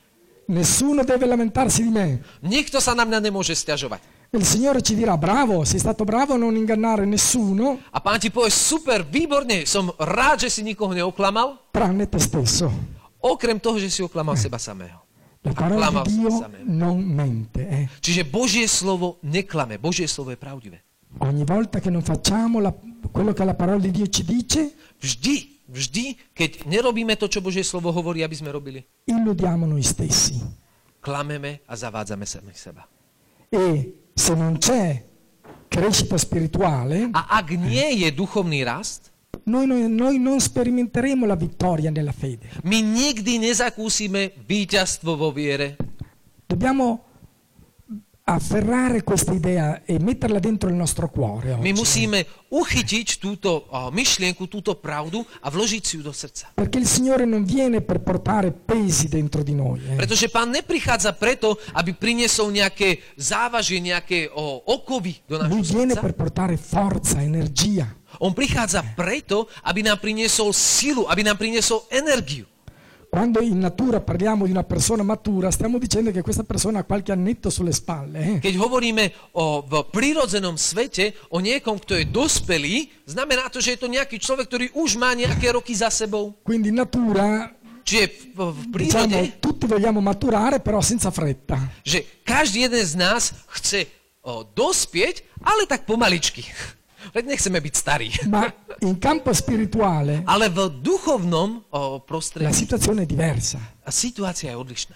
A: nessuno deve lamentarsi di me.
B: nikto sa na mňa nemôže stiažovať.
A: E Il Signore ci dirà, bravo, sei stato bravo a non ingannare nessuno,
B: A pán ti povie, super, výborne, som rád, že si nikoho neoklamal,
A: tranne te stesso.
B: okrem toho, že si oklamal seba samého.
A: La parola
B: Acclama
A: di Dio
B: sa me.
A: non mente. eh.
B: Čiže Božie slovo neklame, Božie slovo je pravdivé.
A: Ogni volta che non facciamo la- quello che la parola di Dio ci dice,
B: Vždy, vždy, keď nerobíme to, čo Božie slovo hovorí, aby sme robili,
A: illudiamo noi stessi.
B: klameme a zavádzame sami seba.
A: E se non c'è crescita spirituale,
B: A ak nie je duchovný rast,
A: noi, noi- noi non sperimenteremo la vittoria nella fede.
B: my nikdy nezakúsime víťazstvo vo viere.
A: Dobbiamo afferrare questa idea e metterla dentro il nostro cuore.
B: My
A: Oggi.
B: musíme uchytiť túto o, myšlienku, túto pravdu a vložiť si ju do srdca.
A: Perché il Signore non viene per portare pesi dentro di noi. eh.
B: Pretože pán neprichádza preto, aby priniesol nejaké závažie, nejaké o, okovy do
A: Lui
B: nášho
A: viene
B: srdca.
A: per portare forza, energia.
B: On prichádza preto, aby nám priniesol silu, aby nám priniesol energiu.
A: Quando in natura parliamo di una persona matura, stiamo dicendo che questa persona ha qualche annetto sulle spalle. eh.
B: Keď hovoríme o, v prírodzenom svete o niekom, kto je dospelý, znamená to, že je to nejaký človek, ktorý už má nejaké roky za sebou.
A: Quindi in natura,
B: Čiže v, v prírode,
A: diciamo, tutti vogliamo maturare, però senza fretta.
B: že každý jeden z nás chce o, dospieť, ale tak pomaličky. Veď nechceme byť starí.
A: Ma in campo spirituale
B: Ale v duchovnom
A: la
B: o, prostredí
A: situazione è diversa.
B: a situácia je odlišná.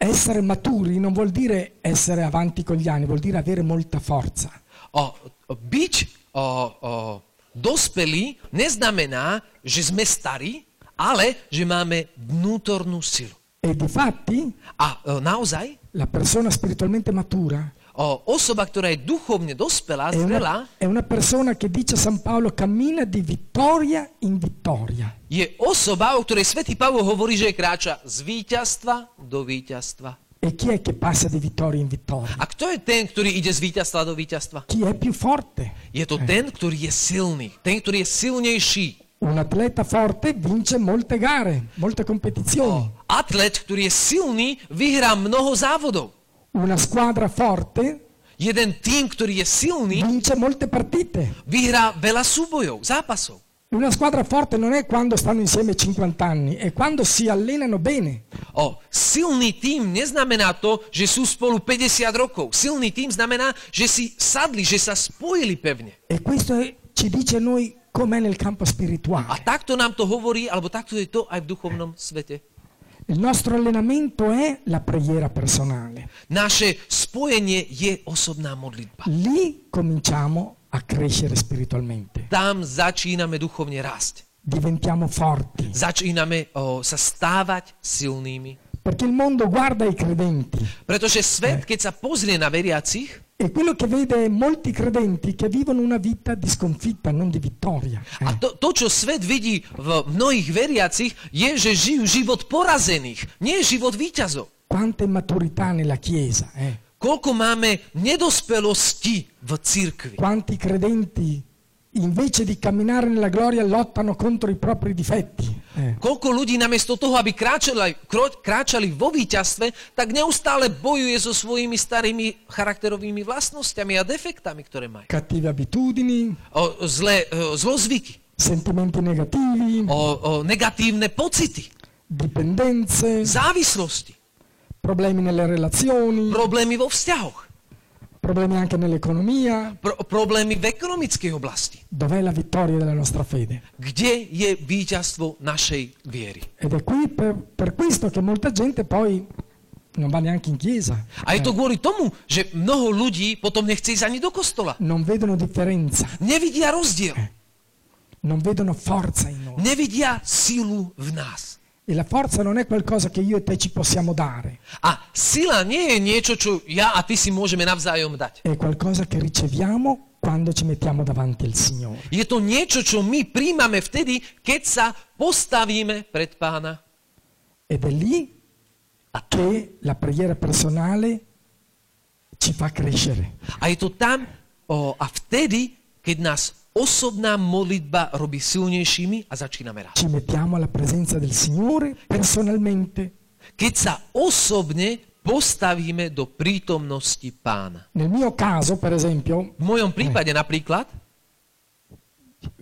A: Essere maturi non vuol dire essere avanti con gli anni, vuol dire avere molta forza.
B: O, o, byť o, o, dospelý neznamená, že sme starí, ale že máme vnútornú silu.
A: E difatti
B: A o, naozaj,
A: la persona spiritualmente matura
B: o, osoba, ktorá je duchovne dospelá,
A: è una,
B: zrelá,
A: è una persona che dice a San Paolo cammina di vittoria in vittoria.
B: je osoba, o ktorej svätý Pavol hovorí, že kráča z víťazstva do víťazstva.
A: E chi è che passa di vittoria in vittoria?
B: A kto je ten, ktorý ide z víťazstva do víťazstva?
A: Chi è più forte?
B: Je to ten, ktorý je silný, ten, ktorý je silnejší.
A: Un atleta forte vince molte gare, molte competizioni.
B: Atlet, ktorý je silný, vyhrá mnoho závodov.
A: Una squadra forte
B: Jeden tým, ktorý je silný,
A: vince molte partite.
B: vyhrá veľa súbojov, zápasov.
A: Una squadra forte non è quando stanno insieme 50 anni, è quando si allenano bene.
B: O, silný tým neznamená to, že sú spolu 50 rokov. Silný tým znamená, že si sadli, že sa spojili pevne.
A: E questo è- ci dice a noi com'è nel campo
B: A
A: spirituale.
B: takto nám to hovorí, alebo takto je to aj v duchovnom svete.
A: Il nostro allenamento è la preghiera personale.
B: Naše spojenie je osobná modlitba.
A: Lì cominciamo a crescere spiritualmente.
B: Tam začíname duchovne rásť.
A: Diventiamo forti.
B: Začíname o, sa stávať silnými.
A: Perché il mondo guarda i credenti
B: Pretože svet, keď sa pozrie na veriacich,
A: e quello che vede è molti credenti che vivono una vita di sconfitta, non di vittoria. eh.
B: a to, to, čo svet vidí v mnohých veriacich, je, že žijú život porazených, nie život výťazov.
A: Quanta immaturità nella Chiesa. eh.
B: Koľko máme nedospelosti v cirkvi.
A: Quanti credenti invece di camminare nella gloria lottano contro i propri difetti. Eh.
B: Koľko ľudí namiesto toho, aby kráčali, kro- kráčali vo víťazstve, tak neustále bojuje so svojimi starými charakterovými vlastnosťami a defektami, ktoré majú.
A: Cattive abitudini,
B: O, zlé, o, zlozvyky,
A: sentimenti negativi,
B: o, o negatívne pocity,
A: dipendenze,
B: závislosti,
A: problemi nelle relazioni,
B: problémy vo vzťahoch,
A: problemi anche nell'economia.
B: pro- problémy v ekonomickej oblasti.
A: Dov'è la vittoria della nostra fede?
B: Kde je víťazstvo našej viery?
A: Ed è qui per, per questo che molta gente poi non va neanche in chiesa,
B: A je to kvôli tomu, že mnoho ľudí potom nechce ísť ani do kostola.
A: non vedono differenza,
B: Nevidia rozdiel.
A: non vedono forza in noi.
B: Nevidia sílu v nás.
A: E la forza non è qualcosa che io e te ci possiamo dare,
B: A sila nie je niečo, čo ja a ty si môžeme navzájom dať.
A: è qualcosa che riceviamo quando ci mettiamo davanti al Signore.
B: Je to niečo, čo my príjmame vtedy, keď sa postavíme pred pána.
A: Ed è lì
B: A, t-
A: che la preghiera personale ci fa crescere.
B: a je to tam o, a vtedy, keď nás osobná modlitba robí silnejšími a začíname rád.
A: Ci mettiamo alla presenza del Signore personalmente.
B: Keď sa osobne postavíme do prítomnosti pána.
A: Nel mio caso, per esempio,
B: V mojom prípade napríklad,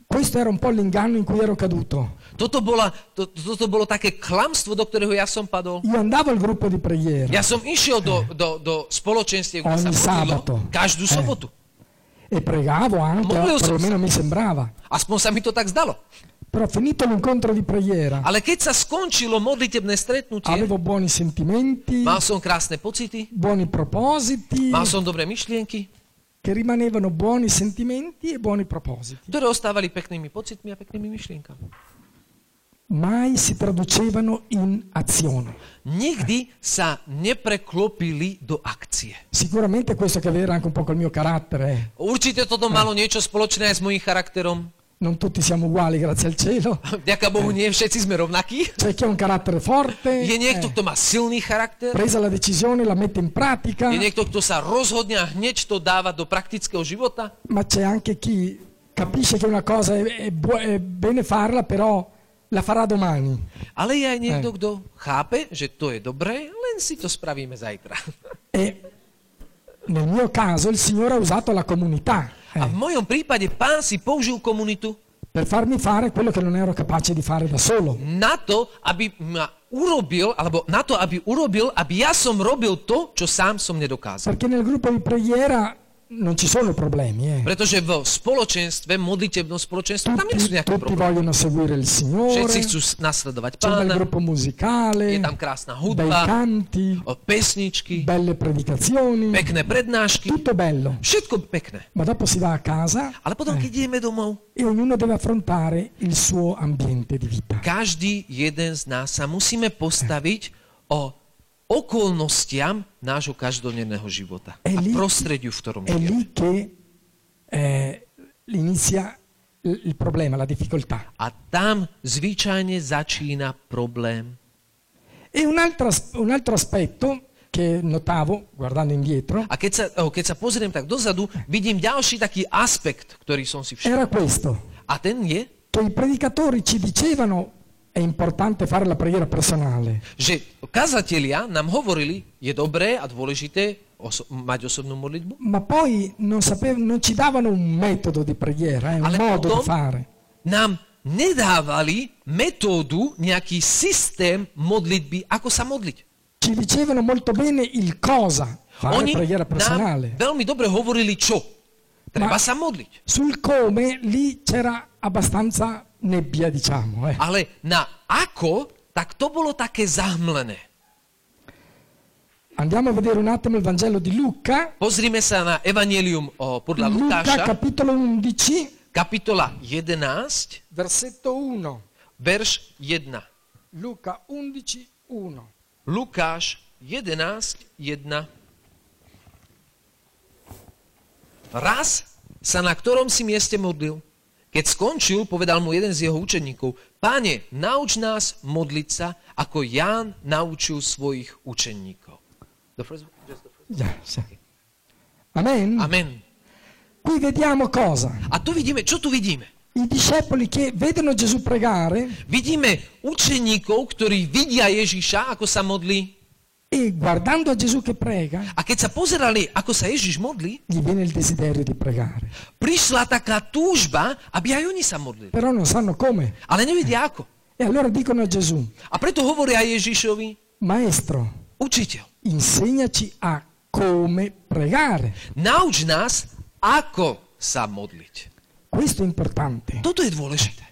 A: Questo era un po' l'inganno in cui ero caduto.
B: Toto, bola, to, toto bolo také klamstvo, do ktorého ja som padol.
A: Io andavo al gruppo di preghiera
B: Ja som išiel do, do, do spoločenstiev, kde
A: Ogni
B: sa modlilo
A: sabato.
B: každú
A: Eh.
B: sobotu.
A: e pregavo anche,
B: Molto
A: perlomeno mi sembrava.
B: Aspoň sa mi to tak zdalo.
A: Però finito l'incontro di preghiera
B: Ale keď sa skončilo modlitebné stretnutie,
A: avevo buoni sentimenti,
B: mal som krásne pocity,
A: buoni propositi,
B: mal som dobré myšlienky,
A: che rimanevano buoni sentimenti e buoni propositi.
B: ktoré ostávali peknými pocitmi a peknými myšlienkami.
A: Mai si traducevano in azione.
B: Nikdy sa nepreklopili do akcie.
A: Sicuramente questo che aveva anche un po' col mio carattere. eh.
B: Určite toto malo niečo spoločné aj s mojím charakterom.
A: Non tutti siamo uguali, grazie al cielo.
B: Vďaka Bohu, nie všetci sme rovnakí.
A: C'è chi ha un carattere forte,
B: Je niekto,
A: eh,
B: kto má silný charakter,
A: presa la decisione la mette in pratica,
B: je niekto, kto sa rozhodne a hneď to dáva do praktického života.
A: ma c'è anche chi capisce che una cosa è, è bu- è bene farla, però la farà domani.
B: Ale je aj niekto, kto chápe, že to je dobré, len si to spravíme zajtra.
A: E nel mio caso il Signore ha usato la comunità eh,
B: A v mojom prípade pán si použil komunitu
A: per farmi fare quello che non ero capace di fare da solo.
B: na to, aby ma urobil, alebo na to, aby urobil, aby ja som robil to, čo sám som nedokázal.
A: Perché nel gruppo di preghiera non ci sono problemi. eh.
B: Pretože v spoločenstve, modlitebnom spoločenstve, tam nie sú
A: Tutti,
B: nejaké
A: tutti
B: problémy.
A: vogliono seguire il Signore,
B: Všetci
A: c'è
B: chcú s- nasledovať
A: un bel
B: pána,
A: gruppo musicale,
B: je tam krásna
A: bei
B: hudba,
A: canti,
B: o, pesničky,
A: belle predicazioni,
B: pekné prednášky,
A: tutto bello.
B: všetko pekné.
A: Ma dopo si va a casa
B: Ale potom, keď ideme domov,
A: e ognuno deve affrontare il suo ambiente di vita.
B: každý jeden z nás sa musíme postaviť o okolnostiam nášho každodenného života a
A: Eli-
B: prostrediu, v ktorom
A: È
B: žijeme.
A: lì che eh, inizia il il problema, la difficoltà.
B: A tam zvyčajne začína problém.
A: E un altro, as- un altro aspetto che notavo guardando indietro
B: A keď sa, o, keď sa pozriem tak dozadu, vidím ďalší taký aspekt, ktorý som si všimol.
A: era questo,
B: A ten je,
A: che i predicatori ci dicevano è importante fare la preghiera personale,
B: že kazatelia nám hovorili, je dobré a dôležité oso- mať osobnú modlitbu,
A: ma poi non, sapev- non ci davano un metodo di preghiera, eh, un
B: Ale
A: modo di
B: potom-
A: fare.
B: nám nedávali metódu, nejaký systém modlitby, ako sa modliť.
A: Ci dicevano molto bene il cosa fare
B: Oni
A: preghiera
B: nám
A: personale.
B: veľmi dobre hovorili, čo.
A: Ma-
B: Treba sa modliť.
A: Sul come lì c'era abbastanza nebbia, diciamo. eh.
B: Ale na ako, tak to bolo také zahmlené.
A: Andiamo a vedere un attimo il Vangelo di Luca.
B: Pozrime sa na Evangelium o, podľa
A: Luca
B: Lukáša,
A: capitolo 11,
B: kapitola 11,
A: versetto 1.
B: verš 1.
A: Luca 11, 1.
B: Lukáš 11, 1. Raz sa na ktorom si mieste modlil. Keď skončil, povedal mu jeden z jeho učeníkov, Páne, nauč nás modliť sa, ako Ján naučil svojich učeníkov. The first one, just the first
A: Già, sì. Amen.
B: one. Amen.
A: Qui vediamo cosa?
B: A tu vidíme, čo tu vidíme?
A: I discepoli che vedono Gesù pregare
B: Vidíme učeníkov, ktorí vidia Ježiša, ako sa modlí.
A: e guardando a Gesù che prega,
B: A keď sa pozerali, ako sa Ježiš modlí,
A: gli viene il desiderio di pregare.
B: prišla taká túžba, aby aj oni sa modlili.
A: Però non sanno come.
B: Ale nevedia ako.
A: E allora dicono a Gesù,
B: A preto hovoria Ježišovi,
A: Maestro,
B: učiteľ,
A: insegnaci a come pregare.
B: nauč nás, ako sa modliť.
A: Questo è importante.
B: Toto je dôležité.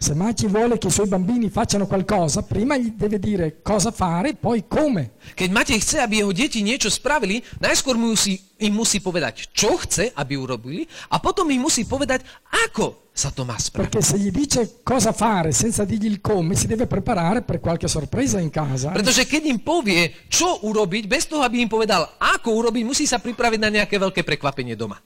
A: Se Maci vuole che i suoi bambini facciano qualcosa, prima gli deve dire cosa fare, poi come.
B: Keď Matej chce, aby jeho deti niečo spravili, najskôr mu musí, im musí povedať, čo chce, aby urobili, a potom im musí povedať, ako sa to má spraviť.
A: Perché se gli dice cosa fare senza dirgli il come, si deve preparare per qualche sorpresa in casa.
B: Pretože keď im povie, čo urobiť, bez toho, aby im povedal, ako urobiť, musí sa pripraviť na nejaké veľké prekvapenie doma.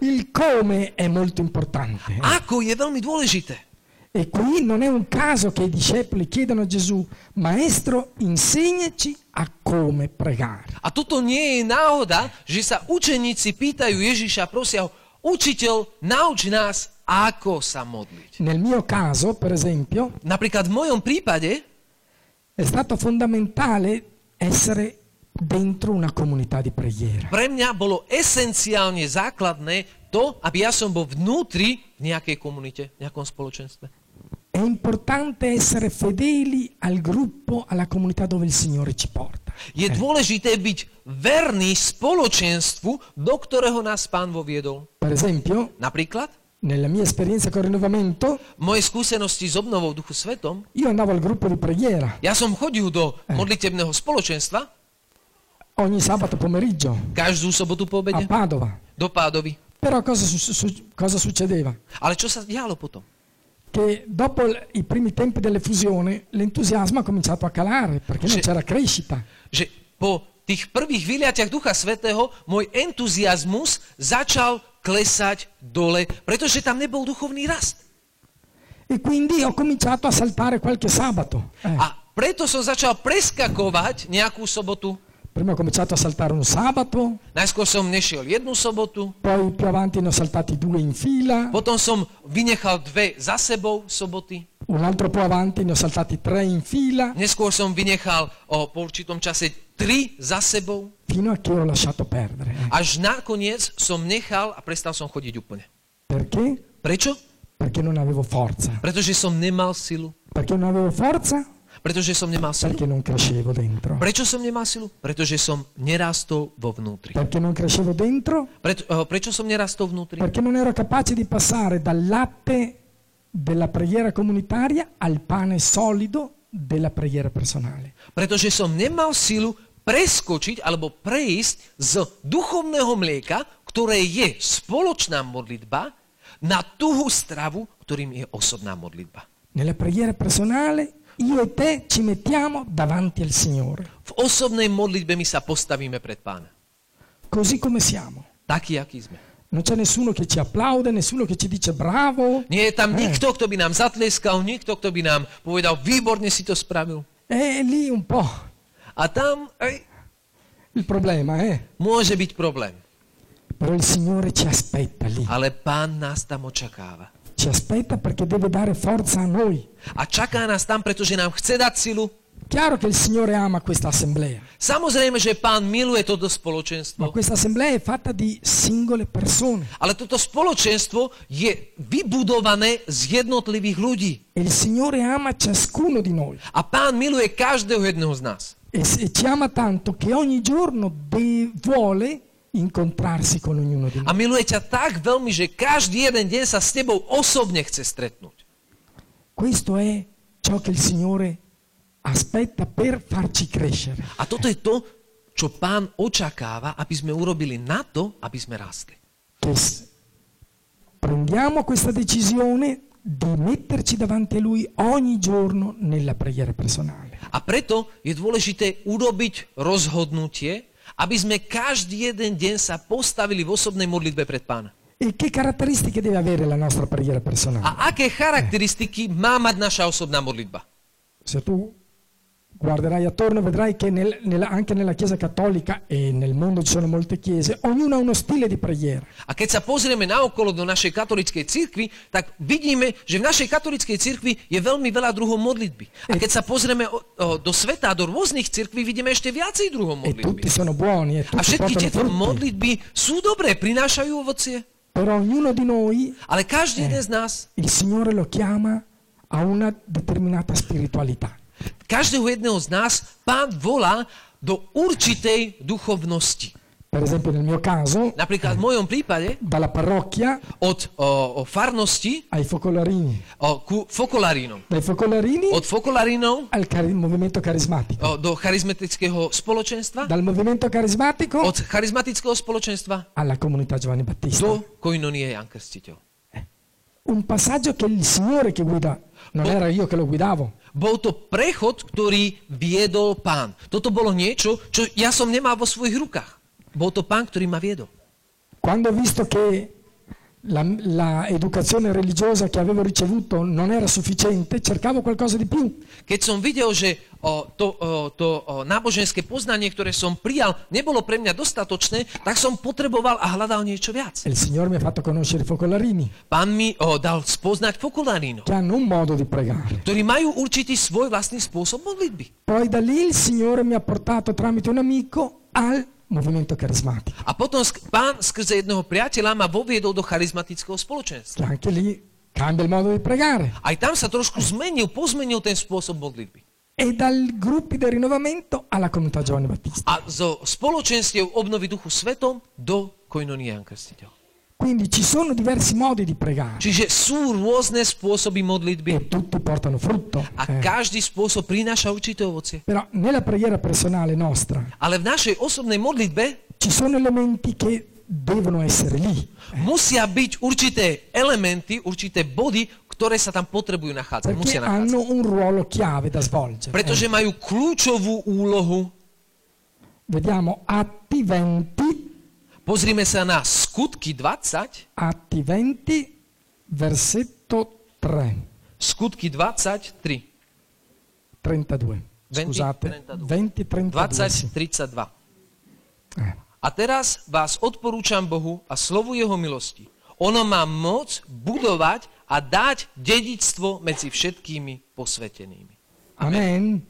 A: Il come è molto importante.
B: Ako je veľmi dôležité.
A: E qui non è un caso che i discepoli chiedano a Gesù, Maestro, insegnaci a come pregare.
B: A toto nie je náhoda, že sa učeníci pýtajú Ježiša a prosia ho, učiteľ, nauč nás, ako sa modliť.
A: Nel mio caso, per esempio,
B: Napríklad v mojom prípade
A: è stato fondamentale essere dentro una comunità di preghiera.
B: pre mňa bolo esenciálne základné to, aby ja som bol vnútri v nejakej komunite, v nejakom spoločenstve.
A: È importante essere fedeli al gruppo, alla comunità dove il Signore ci porta.
B: Je dôležité byť verný spoločenstvu, do ktorého nás pán voviedol.
A: Per esempio,
B: Napríklad,
A: nella mia esperienza col rinnovamento,
B: v mojej skúsenosti s obnovou Duchu Svetom,
A: io andavo al gruppo di preghiera
B: ja som chodil do modlitebného spoločenstva
A: ogni sabato pomeriggio
B: každú sobotu
A: a
B: po obede
A: Padova.
B: do Pádovy.
A: Però cosa, su- su- cosa succedeva?
B: Ale čo sa dialo potom?
A: Che dopo l- i primi tempi dell'effusione l'entusiasmo ha cominciato a calare perché non
B: Sì.
A: c'era crescita.
B: Že po tých prvých vyliatiach Ducha Svetého môj entuziasmus začal klesať dole, pretože tam nebol duchovný rast.
A: E quindi ho cominciato a saltare qualche sabato. Eh,
B: A preto som začal preskakovať nejakú sobotu.
A: Prima ho cominciato a saltare un sabato,
B: Najskôr som nešiel jednu sobotu,
A: poi più avanti ne ho saltati due in fila,
B: potom som vynechal dve za sebou soboty,
A: un altro po' avanti ne ho saltati tre in fila,
B: neskôr som vynechal o, po určitom čase tri za sebou,
A: fino a che ho lasciato perdere. eh.
B: až nakoniec som nechal a prestal som chodiť úplne.
A: Perché?
B: Prečo?
A: Perché non avevo forza.
B: Pretože som nemal silu.
A: Perché non avevo forza?
B: Pretože som nemal silu.
A: Perché non crescevo dentro.
B: Prečo som nemal silu? Pretože som nerastol vo vnútri.
A: Perché non crescevo dentro?
B: Preto, o, prečo som nerastol vnútri?
A: Perché non ero capace di passare dal latte della preghiera comunitaria al pane solido della preghiera personale.
B: Pretože som nemal silu preskočiť alebo prejsť z duchovného mlieka, ktoré je spoločná modlitba, na tuhú stravu, ktorým je osobná modlitba.
A: Nella preghiera personale io e te ci mettiamo davanti al Signore,
B: V osobnej modlitbe my sa postavíme pred pána.
A: così come siamo.
B: Taký, aký sme.
A: Non c'è nessuno che ci applaude, nessuno che ci dice bravo.
B: Nie je tam nikto, kto by nám zatleskal, nikto, kto by nám povedal, výborne si to spravil.
A: È lì un po'
B: A tam ej,
A: il problema, eh?
B: môže byť problém.
A: Però il Signore ci aspetta lì,
B: Ale pán nás tam očakáva.
A: ci aspetta perché deve dare forza a noi.
B: A čaká nás tam, pretože nám chce dať silu.
A: Chiaro che il Signore ama questa assemblea,
B: Samozrejme, že pán miluje toto spoločenstvo.
A: ma questa assemblea è fatta di singole persone
B: Ale toto spoločenstvo je vybudované z jednotlivých ľudí.
A: e il Signore ama ciascuno di noi
B: A pán miluje každého jedného z nás.
A: e se- ci ama tanto che ogni giorno de- vuole incontrarsi con ognuno di noi.
B: A miluje ťa tak veľmi, že každý jeden deň sa s tebou osobne chce stretnúť.
A: Questo è ciò che il Signore aspetta per farci crescere.
B: A toto je to, čo pán očakáva, aby sme urobili na to, aby sme rástli.
A: Che s- prendiamo questa decisione di metterci davanti a Lui ogni giorno nella preghiera personale.
B: A preto je dôležité urobiť rozhodnutie, aby sme každý jeden deň sa postavili v osobnej modlitbe pred pána.
A: E che caratteristiche deve avere la nostra preghiera personale?
B: A aké charakteristiky má mať naša osobná modlitba?
A: Se tu guarderai attorno vedrai che nel- nella- anche nella Chiesa cattolica e nel mondo ci sono molte chiese, ognuna ha uno stile di preghiera.
B: A keď sa pozrieme naokolo do našej katolíckej cirkvi, tak vidíme, že v našej katolíckej cirkvi je veľmi veľa druhov modlitby. A keď sa pozrieme o, o, do sveta, do rôznych cirkví, vidíme ešte viacej druhov
A: E tutti
B: modlitby.
A: sono buoni e
B: A
A: tutti
B: všetky tieto
A: portano frutti.
B: modlitby sú dobré, prinášajú ovocie.
A: Però ognuno di noi
B: Ale každý jeden z nás,
A: Il Signore lo chiama a una determinata spiritualità.
B: každého jedného z nás, pán volá do určitej duchovnosti.
A: Per esempio nel mio caso,
B: Napríklad v mojom prípade,
A: dalla parrocchia
B: od o, o farnosti
A: ai focolarini,
B: o, ku fokolarínom.
A: dai focolarini
B: Od fokolárínov
A: al cari- movimento carismatico,
B: o, do charizmatického spoločenstva
A: dal movimento carismatico
B: od charizmatického spoločenstva
A: alla komunità Giovanni Battista.
B: do koinonie Jan Krstiteľ.
A: Un passaggio che il Signore che guida, non
B: Oh.
A: era io che lo guidavo,
B: Bol to prechod, ktorý viedol pán. Toto bolo niečo, čo ja som nemal vo svojich rukách. Bol to pán, ktorý ma viedol.
A: Quando ho visto che la, la educazione religiosa che avevo ricevuto non era sufficiente, cercavo qualcosa di più.
B: Keď som videl, že o, to, o, to o, náboženské poznanie, ktoré som prijal, nebolo pre mňa dostatočné, tak som potreboval a hľadal niečo viac.
A: E il Signore mi ha fatto conoscere i focolarini,
B: Pán mi o, dal spoznať fokolárino,
A: che hanno un modo di pregare.
B: ktorí majú určitý svoj vlastný spôsob modlitby.
A: Poi da lì il Signore mi ha portato tramite un amico al movimento carismatico.
B: A potom sk- pán skrze jedného priateľa ma voviedol do charizmatického
A: Che
B: spoločenstva.
A: Cioè, anche lì cambia il modo di pregare.
B: Aj tam sa trošku zmenil, pozmenil ten spôsob modlitby.
A: E dai gruppi del rinnovamento alla comunità Giovanni Battista.
B: A zo spoločenstiev obnovy duchu svetom do koinonián krstiteľ.
A: Quindi ci sono diversi modi di pregare
B: Čiže sú rôzne spôsoby modlitby
A: e tutti portano frutto.
B: a
A: eh.
B: každý spôsob prináša určité ovocie.
A: Però nella preghiera personale nostra
B: Ale v našej osobnej modlitbe
A: ci sono elementi che devono essere lì.
B: musia byť určité elementy, určité body, ktoré sa tam potrebujú nachádzať,
A: Perché
B: musia nachádzať.
A: hanno un ruolo chiave da svolgere. Eh,
B: Pretože majú kľúčovú úlohu.
A: Vediamo Atti 20,
B: Pozrime sa na skutky 20,
A: Atti 20, versetto 3,
B: skutky 23,
A: 32.
B: 20,
A: Scusate,
B: 32.
A: 20, 32.
B: 20,
A: sì.
B: 32.
A: Eh.
B: A teraz vás odporúčam Bohu a slovu Jeho milosti. Ono má moc budovať a dať dedictvo medzi všetkými posvetenými.
A: Amen.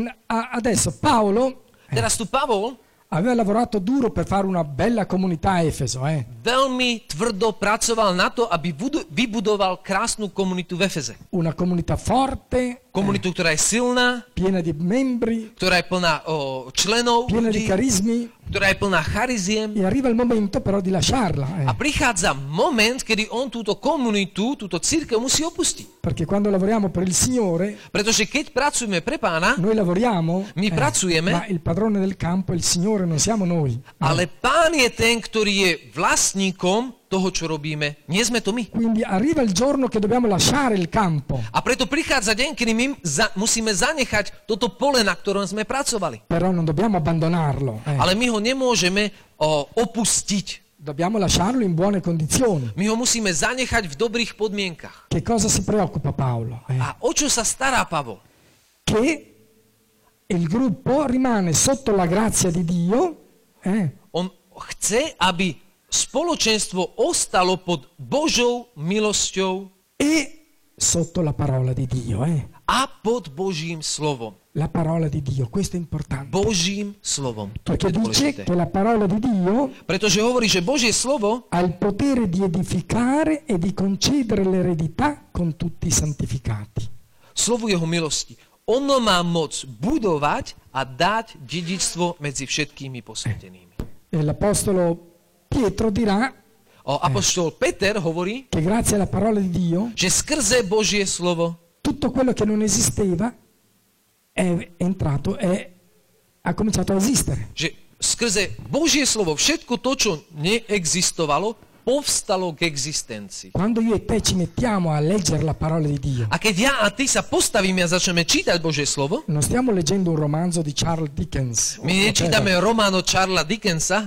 A: N- a- adesso Paolo
B: Teraz tu Pavol
A: aveva lavorato duro per fare una bella comunità a Efeso, eh.
B: veľmi tvrdo pracoval na to, aby budu- vybudoval krásnu komunitu v Efeze.
A: una comunità forte,
B: Komunitu, ktorá je silná,
A: piena di membri,
B: ktorá je plná o, členov,
A: piena di
B: ľudí,
A: carismi
B: ktorá je plná chariziem.
A: e arriva il momento però di lasciarla, eh.
B: A prichádza moment, kedy on túto komunitu, túto církev musí opustiť.
A: perché quando lavoriamo per il Signore
B: Pretože keď pracujeme pre pána,
A: noi lavoriamo, eh,
B: Mi pracujeme.
A: ma il padrone del campo è il Signore, non siamo noi.
B: ale pán je ten, ktorý je vlastníkom toho, čo robíme. Nie sme to my.
A: Quindi arriva il giorno che dobbiamo lasciare il campo
B: A preto prichádza deň, kedy my za, musíme zanechať toto pole, na ktorom sme pracovali.
A: però non dobbiamo abbandonarlo, eh.
B: Ale my ho nemôžeme o, opustiť.
A: dobbiamo lasciarlo in buone condizioni.
B: My ho musíme zanechať v dobrých podmienkach.
A: Che cosa si preoccupa Paolo? Eh?
B: A o čo sa stará Pavol?
A: Che il gruppo rimane sotto la grazia di Dio eh,
B: On chce, aby spoločenstvo ostalo pod Božou milosťou
A: e sotto la parola di Dio. Eh.
B: a pod Božím slovom.
A: La parola di Dio, questo è importante.
B: Božím slovom. To
A: Perché
B: je
A: dice
B: dôležité.
A: che la parola di Dio
B: Pretože hovorí, že Božie slovo
A: ha il potere di edificare e di concedere l'eredità con tutti i santificati.
B: slovu jeho milosti. Ono má moc budovať a dať dedičstvo medzi všetkými posvetenými.
A: E l'Apostolo Pietro dirà
B: O, apoštol Peter hovorí,
A: che grazie alla parola di Dio
B: že skrze Božie slovo
A: tutto quello che non esisteva è entrato, è, ha cominciato a esistere.
B: že skrze Božie slovo všetko to, čo neexistovalo, povstalo k existencii.
A: Quando io e te ci mettiamo a leggere la parola di Dio,
B: A keď ja a ty sa postavíme a začneme čítať Božie slovo,
A: non stiamo leggendo un romanzo di Charles Dickens,
B: my
A: o
B: nečítame román od Charlesa Dickensa,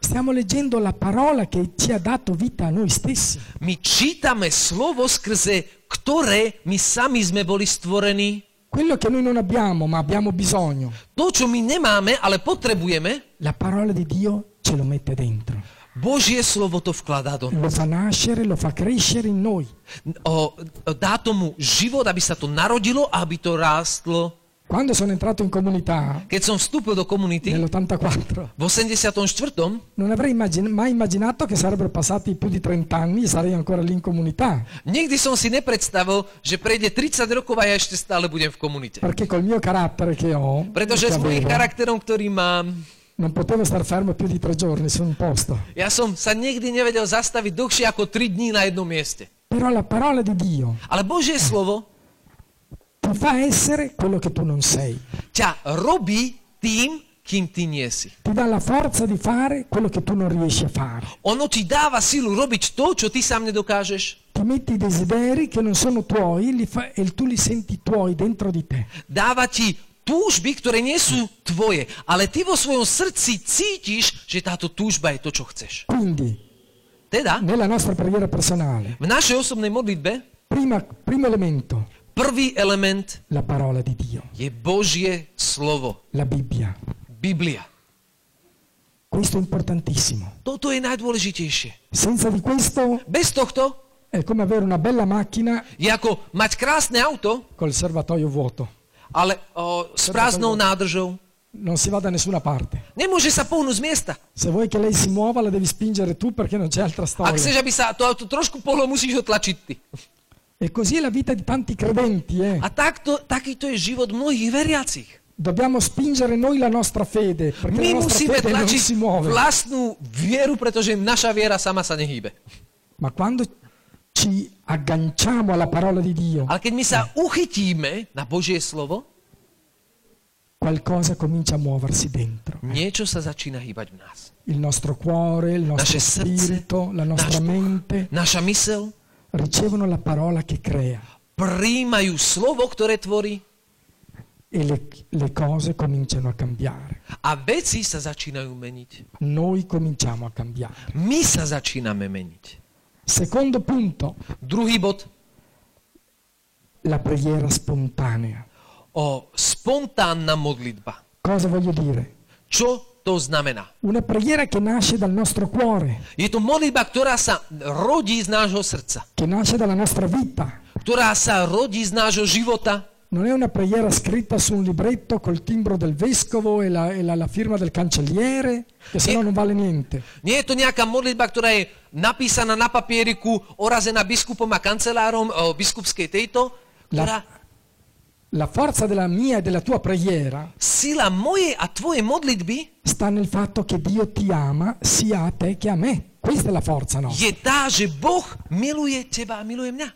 A: Stiamo leggendo la parola che ci ha dato vita a noi stessi.
B: my čítame slovo, skrze ktoré my sami sme boli stvorení.
A: Quello che noi non abbiamo, ma abbiamo bisogno,
B: To, čo my nemáme, ale potrebujeme,
A: la parola di Dio ce lo mette dentro.
B: Božie slovo to vkladá do
A: Lo fa nascere, lo fa crescere in noi.
B: o, dá tomu život, aby sa to narodilo a aby to rástlo.
A: Quando sono entrato in comunità
B: Keď som vstúpil do komunity
A: nell'84,
B: v 84.
A: non avrei immagin- mai immaginato che sarebbero passati più di 30 anni e sarei ancora lì in comunità.
B: Nikdy som si nepredstavil, že prejde 30 rokov a ja ešte stále budem v komunite.
A: Perché col mio carattere che ho,
B: Pretože
A: che
B: s
A: avevo,
B: mojím charakterom, ktorý mám,
A: non potevo star fermo più di tre giorni su un posto.
B: ja som sa nikdy nevedel zastaviť dlhšie ako 3 dní na jednom mieste.
A: Però la parola di Dio
B: Ale Božie slovo
A: ti fa essere quello che tu non sei.
B: ťa robí tým, kým ty nie si.
A: ti dà la forza di fare quello che tu non riesci a fare.
B: Ono ti dáva silu robiť to, čo ty sám nedokážeš.
A: Ti metti i desideri che non sono tuoi li fa- e tu li senti tuoi dentro di te.
B: Dáva ti túžby, ktoré nie sú tvoje, ale ty vo svojom srdci cítiš, že táto túžba je to, čo chceš.
A: Quindi,
B: Teda,
A: nella nostra preghiera personale,
B: v našej osobnej modlitbe
A: prima- primo elemento,
B: prvý element
A: la parola di Dio,
B: je Božie slovo,
A: la Bibbia.
B: Biblia.
A: Questo è importantissimo.
B: Toto je najdôležitejšie.
A: Senza di questo
B: Bez tohto
A: è come avere una bella macchina
B: je ako mať krásne auto,
A: col serbatoio vuoto.
B: ale o, s prázdnou nádržou.
A: non si va da nessuna parte.
B: Nemôže sa pohnúť z miesta.
A: Se vuoi che lei si muova, la devi spingere tu perché non c'è altra
B: Ak
A: storia.
B: chceš, aby sa to auto trošku pohlo, musíš ho tlačiť ty.
A: E così è la vita di tanti credenti. eh.
B: A takto, takýto je život mnohých veriacich.
A: Dobbiamo spingere noi la nostra fede, perché
B: My
A: la nostra
B: musíme
A: fede non
B: tlačiť
A: si muove.
B: vlastnú vieru, pretože naša viera sama sa nehýbe.
A: Ma quando ci agganciamo alla parola di Dio,
B: Ale keď my sa uchytíme na Božie slovo,
A: qualcosa comincia a muoversi dentro.
B: niečo sa začína hýbať v nás.
A: Il nostro cuore, il nostro
B: Naše srdce,
A: spirito, la
B: náš
A: nostra
B: duch,
A: mente
B: naša mysel
A: ricevono la parola che crea
B: príjmajú slovo, ktoré tvorí
A: e le, le cose cominciano a cambiare.
B: a veci sa začínajú meniť.
A: Noi cominciamo a cambiare.
B: My sa začíname meniť.
A: Secondo punto,
B: Druhý bod
A: la preghiera spontanea.
B: o spontánna modlitba.
A: Cosa voglio dire?
B: Čo to znamená?
A: Una preghiera che nasce dal nostro cuore,
B: Je to modlitba, ktorá sa rodí z nášho srdca,
A: che nasce dalla nostra vita.
B: ktorá sa rodí z nášho života.
A: Non è una preghiera scritta su un libretto col timbro del vescovo e la, e la- la firma del cancelliere, che se no non vale niente.
B: Nie je to nejaká modlitba, ktorá je napísaná na papieriku, orazená biskupom a kancelárom o, biskupskej tejto, ktorá
A: La forza della mia e della tua preghiera
B: sila mojej a tvojej modlitby
A: sta nel fatto che Dio ti ama sia a te che a me. Questa è la forza, no?
B: je tá, že Boh miluje teba a miluje mňa.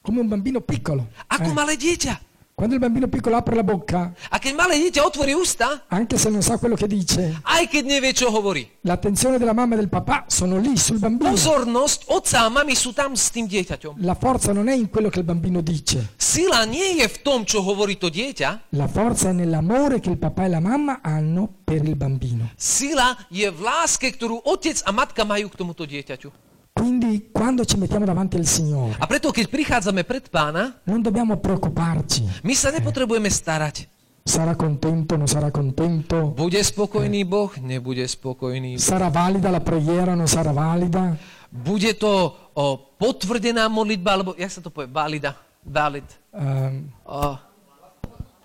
A: Come un bambino piccolo.
B: Ako malé dieťa.
A: Quando il bambino piccolo apre la bocca,
B: A keď malé dieťa otvorí ústa,
A: anche se non sa quello che dice,
B: aj keď nevie, čo hovorí.
A: l'attenzione della mamma e del papà sono lì sul bambino.
B: Pozornosť otca a mami sú tam s tým dieťaťom.
A: La forza non è in quello che il bambino dice,
B: Sila nie je v tom, čo hovorí to dieťa.
A: la forza è nell'amore che il papà e la mamma hanno per il bambino.
B: Sila je v láske, ktorú otec a matka majú k tomuto dieťaťu.
A: Quindi quando ci mettiamo davanti al Signore
B: A preto, keď prichádzame pred pána,
A: non dobbiamo preoccuparci,
B: My sa nepotrebujeme starať.
A: sarà contento, non sarà contento,
B: Bude spokojný Boh, nebude spokojný.
A: sarà valida la preghiera, non sarà valida,
B: Bude to o, potvrdená modlitba, alebo jak sa to povie, valida, valid.
A: ehm,
B: O,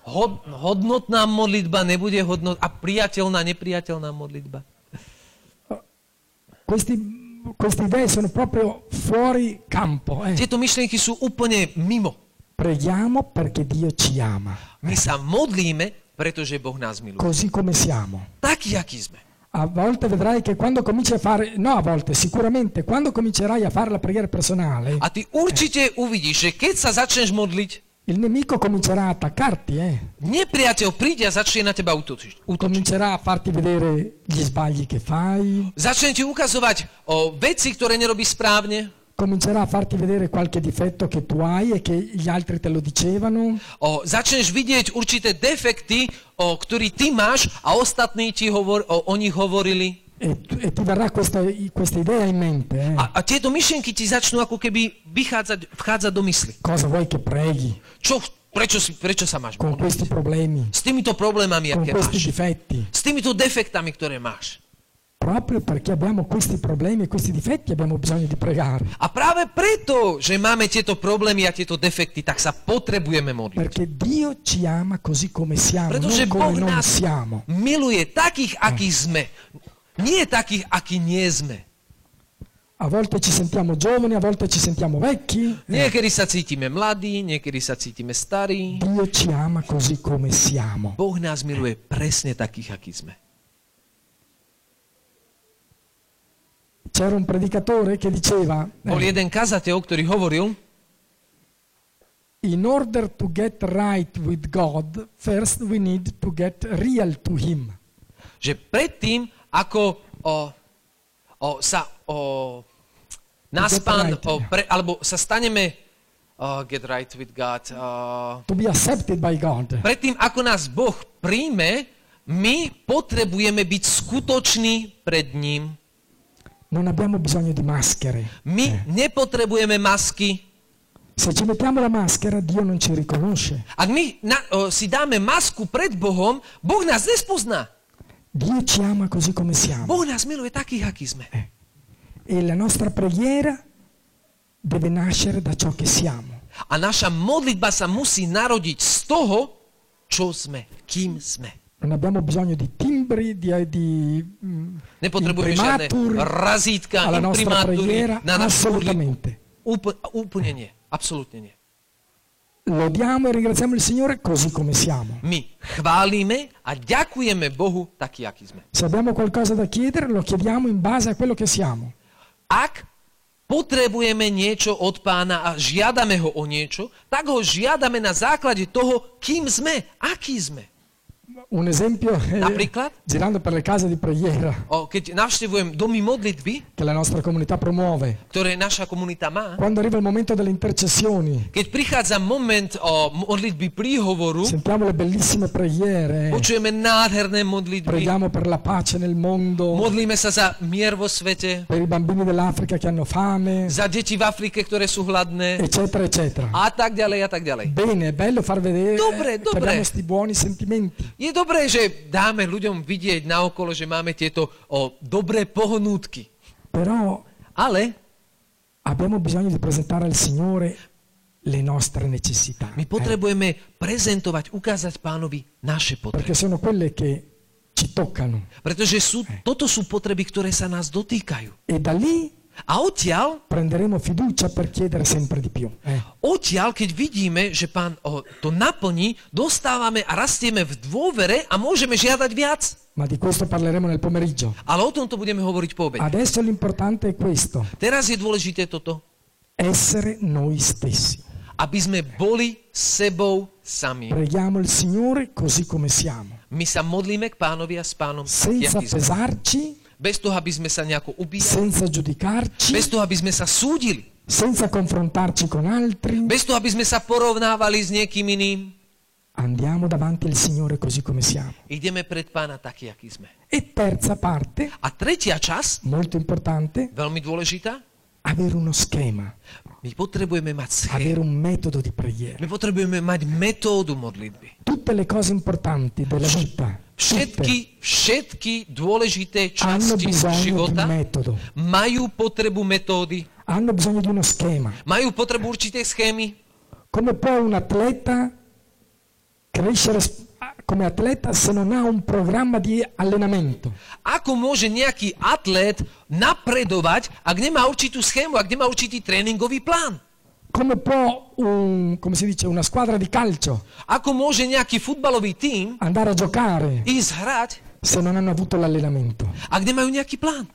B: hod, hodnotná modlitba nebude hodnot a priateľná, nepriateľná modlitba.
A: questi- queste idee sono proprio fuori campo. eh.
B: Tieto myšlienky sú úplne mimo.
A: Preghiamo perché Dio ci ama,
B: My sa modlíme, pretože Boh nás miluje.
A: così come siamo.
B: Taký, aký sme.
A: A volte vedrai che quando cominci a fare, no a volte, sicuramente, quando comincerai a fare la preghiera personale,
B: A ty určite uvidíš, že keď sa začneš modliť,
A: il nemico comincerà a attaccarti, eh.
B: nepriateľ príde a začne na teba útočiť.
A: comincerà a farti vedere gli sbagli che fai,
B: Začne ti ukazovať o veci, ktoré nerobí správne,
A: comincerà a farti vedere qualche difetto che tu hai e che gli altri te lo dicevano,
B: o začneš vidieť určité defekty, o ktorý ty máš a ostatní ti hovor, o, o nich hovorili.
A: e, tu- e ti verrà questa, questa idea in mente, eh.
B: A, a tieto myšlienky ti začnú ako keby vychádzať, vchádzať do mysli.
A: cosa vuoi che preghi
B: Čo, prečo, si, prečo sa máš
A: con
B: modliť?
A: questi problemi,
B: S týmito problémami,
A: con
B: aké
A: questi
B: máš.
A: difetti,
B: S týmito defektami, ktoré máš.
A: proprio perché abbiamo questi problemi e questi difetti abbiamo bisogno di pregare.
B: A práve preto, že máme tieto problémy a tieto defekty, tak sa potrebujeme modliť.
A: Perché Dio ci ama così come siamo, non
B: Pretože
A: come
B: Boh
A: non
B: nás
A: siamo.
B: miluje takých, akí sme. Nie takých, akí nie sme.
A: A volte ci sentiamo giovani, a volte ci sentiamo vecchi.
B: Niekedy sa cítime mladí, niekedy sa cítime starí.
A: Dio ci ama così come siamo.
B: Boh nás miluje presne takých, akí sme.
A: C'era un predicatore che diceva, eh,
B: Bol jeden kazateľ, ktorý hovoril,
A: in order to get right with God, first we need to get real to Him.
B: že predtým, ako o, o, sa o, nás
A: Get
B: pán,
A: right.
B: o, pre, alebo sa staneme o, get right with God, o,
A: To be accepted by God.
B: predtým, ako nás Boh príjme, my potrebujeme byť skutoční pred ním.
A: Non abbiamo bisogno di maschere.
B: My nepotrebujeme masky,
A: Se ci mettiamo la maschera, Dio non ci riconosce.
B: Ak my na, o, si dáme masku pred Bohom, Boh nás nespozná.
A: Dio ci ama così come siamo.
B: Boh nás miluje takých, akí sme.
A: E la nostra preghiera deve nascere da ciò che siamo.
B: A naša modlitba sa musí narodiť z toho, čo sme, kým sme.
A: Non abbiamo bisogno di timbri, di, di mm,
B: Nepotrebujeme žiadne
A: imprimatur
B: razítka,
A: alla nostra
B: imprimatúry
A: preghiera,
B: na našu modlitbu.
A: assolutamente.
B: Úpl- Úplne nie. Absolútne nie.
A: Lodiamo e ringraziamo il Signore così come siamo.
B: My chválime a ďakujeme Bohu taký, aký sme.
A: Se abbiamo qualcosa da chiedere, lo chiediamo in base a quello che siamo.
B: Ak potrebujeme niečo od pána a žiadame ho o niečo, tak ho žiadame na základe toho, kým sme, aký sme.
A: Un esempio, eh,
B: Napríklad,
A: girando per le case di preghiera
B: o, keď navštevujem domy modlitby,
A: che la nostra comunità promuove,
B: ktoré naša komunita má,
A: quando arriva il momento delle intercessioni,
B: keď prichádza moment o modlitby príhovoru,
A: sentiamo le bellissime preghiere,
B: počujeme nádherné modlitby,
A: preghiamo per la pace nel mondo,
B: modlíme sa za mier vo svete,
A: per i bambini dell'Africa che hanno fame,
B: za deti v Afrike, ktoré sú hladné
A: eccetera, eccetera.
B: a tak ďalej a tak ďalej.
A: Bene, è bello far vedere
B: Ah. Dobre,
A: eh, che
B: dobre.
A: abbiamo questi buoni sentimenti.
B: Je dobré, že dáme ľuďom vidieť naokolo, že máme tieto o, dobré pohnútky.
A: Però
B: Ale
A: abbiamo bisogno di presentare al Signore le nostre necessità,
B: my
A: eh,
B: potrebujeme prezentovať, ukázať pánovi naše potreby.
A: perché sono quelle che ci toccano.
B: Pretože sú, toto sú potreby, ktoré sa nás dotýkajú.
A: E da lì
B: A odtiaľ,
A: prenderemo fiducia per chiedere sempre di più. eh.
B: odtiaľ, keď vidíme, že pán o, to naplní, dostávame a rastieme v dôvere a môžeme žiadať viac.
A: Ma di questo parleremo nel pomeriggio.
B: Ale o tomto budeme hovoriť po obede.
A: Adesso l'importante è questo,
B: Teraz je dôležité toto,
A: essere noi stessi.
B: aby sme boli sebou sami.
A: Preghiamo il Signore così come siamo,
B: My sa modlíme k pánovi a s pánom, taký,
A: senza
B: aký sme.
A: pesarci,
B: Bez toho, aby sme sa nejako ubíjali.
A: senza giudicarci,
B: Bez toho, aby sme sa súdili.
A: senza confrontarci con altri.
B: Bez toho, aby sme sa porovnávali s niekým iným.
A: Andiamo davanti al Signore così come siamo.
B: Ideme pred pána taký, aký sme.
A: E terza parte,
B: A tretia časť,
A: molto importante,
B: veľmi dôležitá,
A: avere uno schema,
B: my potrebujeme mať schému.
A: avere un metodo di preghiera.
B: My potrebujeme mať metódu modlitby.
A: Tutte le cose importanti della vita tutte,
B: Všetky, všetky dôležité
A: hanno
B: časti
A: bisogno di un
B: života
A: metodo,
B: majú potrebu metódy,
A: hanno bisogno di uno schema.
B: majú potrebu určitej schémy.
A: Come può un atleta crescere s- come atleta se non ha un programma di allenamento?
B: Ako môže nejaký atlét napredovať, ak nemá určitú schému, ak nemá určitý tréningový plán?
A: Come può un- come si dice, una squadra di calcio
B: Ako môže nejaký futbalový tím
A: andare a giocare
B: ísť hrať,
A: se non hanno avuto l'allenamento?
B: ak nemajú nejaký plán?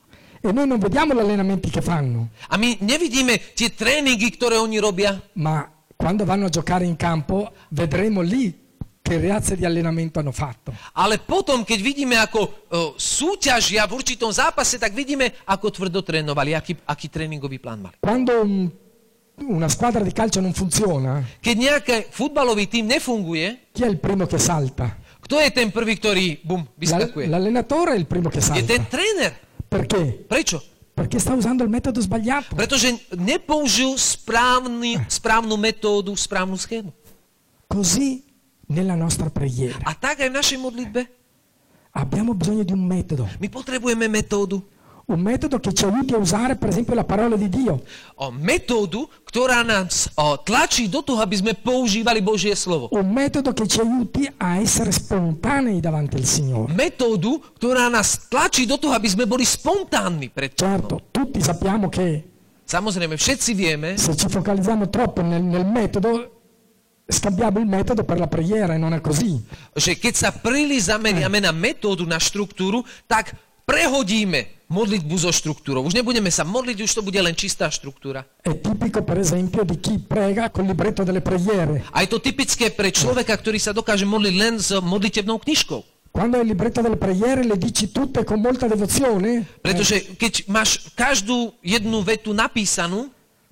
A: E noi non vediamo gli allenamenti che fanno,
B: A my nevidíme tie tréningy, ktoré oni robia,
A: ma quando vanno a giocare in campo vedremo lì che razze di allenamento hanno fatto.
B: ale potom, keď vidíme, ako o, súťažia v určitom zápase, tak vidíme, ako tvrdo trénovali, aký, aký tréningový plán mali.
A: Quando un- una squadra di calcio non funziona,
B: Keď nejaký futbalový tím nefunguje,
A: chi è il primo che salta?
B: kto je ten prvý, ktorý bum,
A: La-
B: vyskakuje?
A: l'allenatore è il primo che
B: Je ten
A: salta.
B: tréner.
A: Perché?
B: Prečo?
A: Perché sta usando il metodo sbagliato.
B: Pretože nepoužil správny, správnu metódu, správnu schému.
A: Così nella nostra preghiera.
B: A tak aj v našej modlitbe
A: Abbiamo bisogno di un metodo,
B: my potrebujeme metódu.
A: un metodo che ci aiuti a usare per esempio la parola di Dio.
B: O, metódu, ktorá nás o, tlačí do toho, aby sme používali Božie slovo.
A: un metodo che ci aiuti a essere spontanei davanti al Signore.
B: Metódu, ktorá nás tlačí do toho, aby sme boli spontánni pred pánom.
A: Certo, tutti sappiamo che
B: Samozrejme, všetci vieme,
A: se ci focalizziamo troppo nel, nel metodo, scambiamo il metodo per la preghiera e non è così.
B: že keď sa príliš zameriame na metódu, na štruktúru, tak prehodíme modlitbu so štruktúrou. Už nebudeme sa modliť, už to bude len čistá štruktúra.
A: È tipico per esempio di chi prega col libretto delle preghiere.
B: A je to typické pre človeka, ktorý sa dokáže modliť len s modlitebnou knižkou.
A: Quando hai il libretto delle preghiere le dici tutte con molta devozione,
B: Pretože keď máš každú jednu vetu napísanú,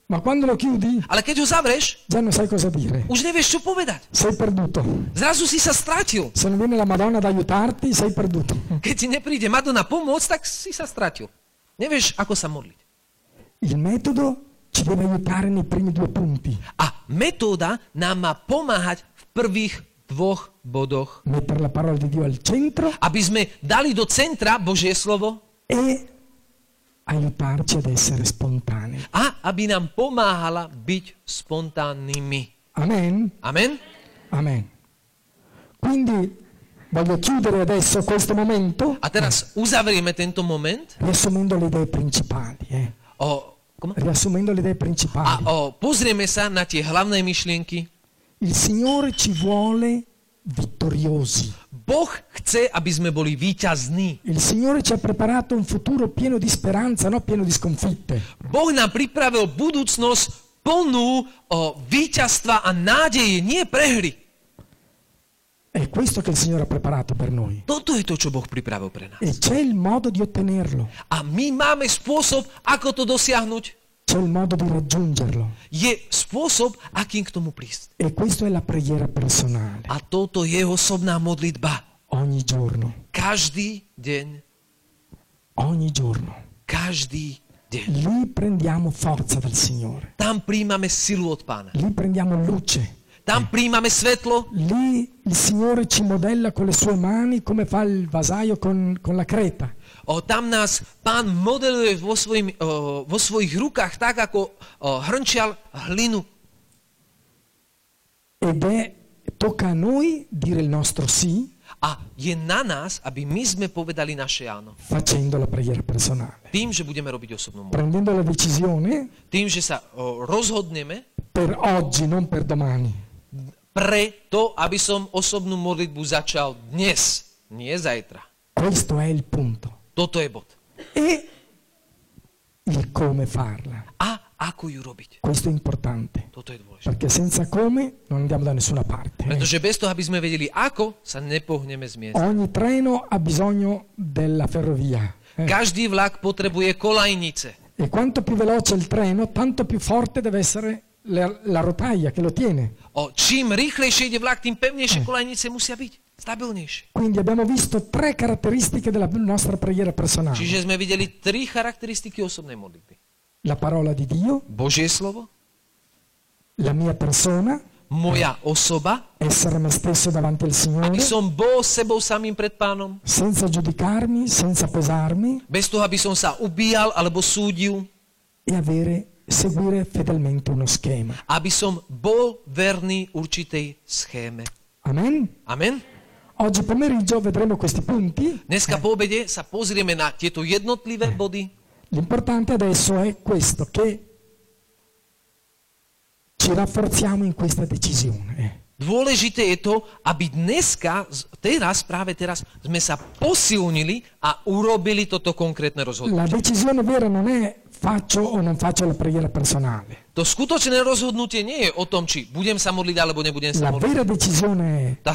A: ma quando lo chiudi
B: ale keď ho zavreš,
A: già non sai cosa dire.
B: už nevieš, čo povedať.
A: Sei perduto.
B: Zrazu si sa stratil.
A: Se non viene la Madonna ad aiutarti, sei perduto.
B: Keď ti nepríde Madonna pomôcť, tak si sa stratil. Nevieš, ako sa modliť.
A: Il metodo ci deve aiutare nei primi due punti.
B: A metóda nám má pomáhať v prvých dvoch bodoch.
A: mettere la parola di Dio al centro
B: Aby sme dali do centra Božie slovo
A: e aiutarci ad essere spontanei.
B: a aby nám pomáhala byť spontánnymi.
A: Amen?
B: Amen?
A: Amen. Quindi Voglio chiudere adesso questo momento,
B: A teraz uzavrieme tento moment
A: riassumendo le idee principali. eh.
B: o, kom-
A: Riassumendo le idee
B: a
A: principali.
B: o, pozrieme sa na tie hlavné myšlienky.
A: Il Signore ci vuole vittoriosi.
B: Boh chce, aby sme boli víťazní.
A: Il Signore ci ha preparato un futuro pieno di speranza, non pieno di sconfitte.
B: Boh nám pripravil budúcnosť plnú o víťazstva a nádeje, nie prehry.
A: È questo che il Signore ha preparato per noi.
B: Toto je to, čo Boh pripravil pre nás.
A: E c'è il modo di ottenerlo,
B: A my máme spôsob, ako to dosiahnuť.
A: c'è il modo di raggiungerlo.
B: Je spôsob, akým k tomu prísť.
A: E questa è la preghiera personale,
B: A toto je osobná modlitba.
A: ogni giorno,
B: Každý deň,
A: ogni giorno.
B: každý deň.
A: Lì prendiamo forza dal Signore,
B: Tam príjmame silu od pána.
A: lì prendiamo luce,
B: Tam príjmame svetlo.
A: lì il Signore ci modella con le sue mani come fa il vasaio con, con la creta.
B: O, tam nás pán modeluje vo, svojim, o, vo svojich rukách tak, ako o, hrnčial hlinu.
A: Ed è, tocca a noi dire il nostro sì
B: A je na nás, aby my sme povedali naše áno.
A: facendo la preghiera personale,
B: Tým, že budeme robiť osobnú modlitbu.
A: prendendo la decisione
B: Tým, že sa o, rozhodneme
A: per oggi, non per domani.
B: pre to, aby som osobnú modlitbu začal dnes, nie zajtra.
A: Questo è il punto.
B: Toto je bod.
A: E il come farla.
B: A ako ju robiť?
A: Questo è importante,
B: Toto je dôležité.
A: perché senza come non andiamo da nessuna parte.
B: Pretože bez toho, aby sme vedeli ako, sa nepohneme z miesta.
A: Ogni treno ha bisogno della ferrovia. eh.
B: Každý vlak potrebuje kolajnice.
A: E quanto più veloce il treno, tanto più forte deve essere la, la rotaia che lo tiene.
B: O, čím rýchlejšie ide vlak, tým pevnejšie kolajnice musia byť. Stabilnejšie.
A: Quindi abbiamo visto tre caratteristiche della nostra preghiera personale.
B: Čiže sme videli tri charakteristiky osobnej modlitby.
A: La parola di Dio,
B: Božie slovo,
A: la mia persona,
B: moja osoba,
A: essere me stesso davanti al Signore,
B: aby som bol sebou samým pred pánom,
A: senza giudicarmi, senza pesarmi,
B: bez toho, aby som sa ubíjal alebo súdil,
A: e avere, seguire fedelmente uno schema.
B: aby som bol verný určitej schéme.
A: Amen?
B: Amen.
A: Oggi pomeriggio vedremo questi punti.
B: Dneska po obede sa pozrieme na tieto jednotlivé body.
A: L'importante adesso è questo, che ci rafforziamo in questa decisione.
B: Dôležité je to, aby dneska, z- teraz, práve teraz, sme sa posilnili a urobili toto konkrétne rozhodnutie.
A: La decisione vera non è faccio o non faccio la preghiera personale.
B: To skutočné rozhodnutie nie je o tom, či budem sa modliť alebo nebudem
A: La
B: sa modliť.
A: vera decisione
B: Tá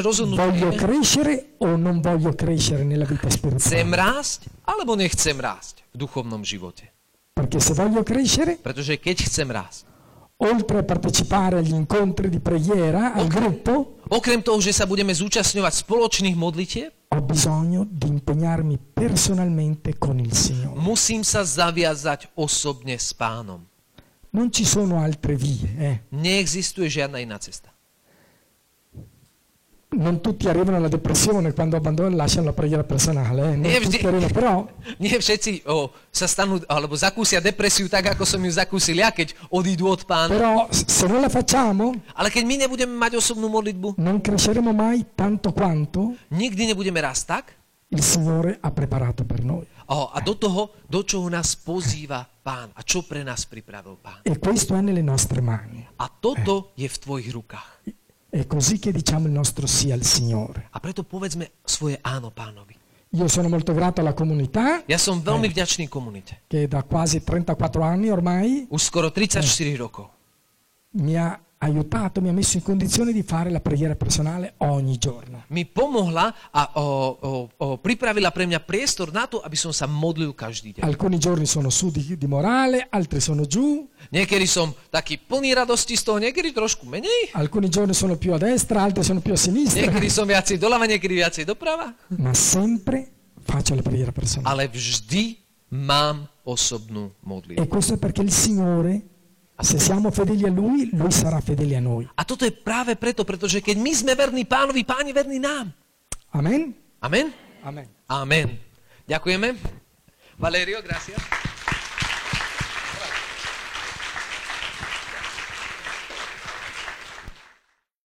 A: è voglio
B: rozhodnutie je,
A: crescere o non voglio crescere nella vita
B: chcem
A: spirituale.
B: rásť alebo nechcem rásť v duchovnom živote.
A: Perché se voglio crescere,
B: Pretože keď chcem rásť,
A: oltre a partecipare agli incontri di preghiera, al gruppo,
B: okrem toho, že sa budeme zúčastňovať spoločných modlitieb,
A: ho bisogno di impegnarmi personalmente con il Signore.
B: musím sa zaviazať osobne s pánom.
A: Non ci sono altre vie. eh.
B: Neexistuje žiadna iná cesta.
A: Non tutti arrivano alla depressione quando abbandonano e lasciano la preghiera personale. eh. Non
B: Eh,
A: tutti
B: sì.
A: arrivano, però
B: Nie všetci o, sa stanú, alebo zakúsia depresiu tak, ako som ju zakúsil ja, keď odídu od pána.
A: però s- se non la facciamo
B: Ale keď my nebudeme mať osobnú modlitbu,
A: non cresceremo mai tanto quanto
B: nikdy nebudeme raz tak.
A: il Signore ha preparato per noi.
B: O, a do toho, do čoho nás pozýva pán a čo pre nás pripravil pán.
A: E questo è nelle nostre mani.
B: A toto je v tvojich rukách.
A: È così che diciamo il nostro sì al Signore.
B: A preto povedzme svoje áno pánovi.
A: Io sono molto grato alla comunità
B: Ja som veľmi vďačný komunite.
A: che da quasi 34 anni ormai
B: Už skoro 34 rokov.
A: mi ha aiutato, mi ha messo in condizione di fare la preghiera personale ogni giorno.
B: mi pomohla a o, o, o, pripravila pre mňa priestor na to, aby som sa modlil každý deň.
A: Alcuni giorni sono su di, di morale, altri sono giù,
B: Niekedy som taký plný radosti z toho, niekedy trošku menej,
A: alcuni giorni sono più a destra, altri sono più a sinistra,
B: niekedy som viacej doľava, niekedy viacej doprava,
A: ma sempre faccio la preghiera personale.
B: ale vždy mám osobnú modlitbu.
A: E questo è perché il Signore, se siamo fedeli a Lui, Lui sarà fedele a noi.
B: A toto je práve preto, pretože keď my sme verní pánovi, pán je verný nám.
A: Amen?
B: Amen?
A: Amen.
B: Amen. Ďakujeme. Valerio, gracias.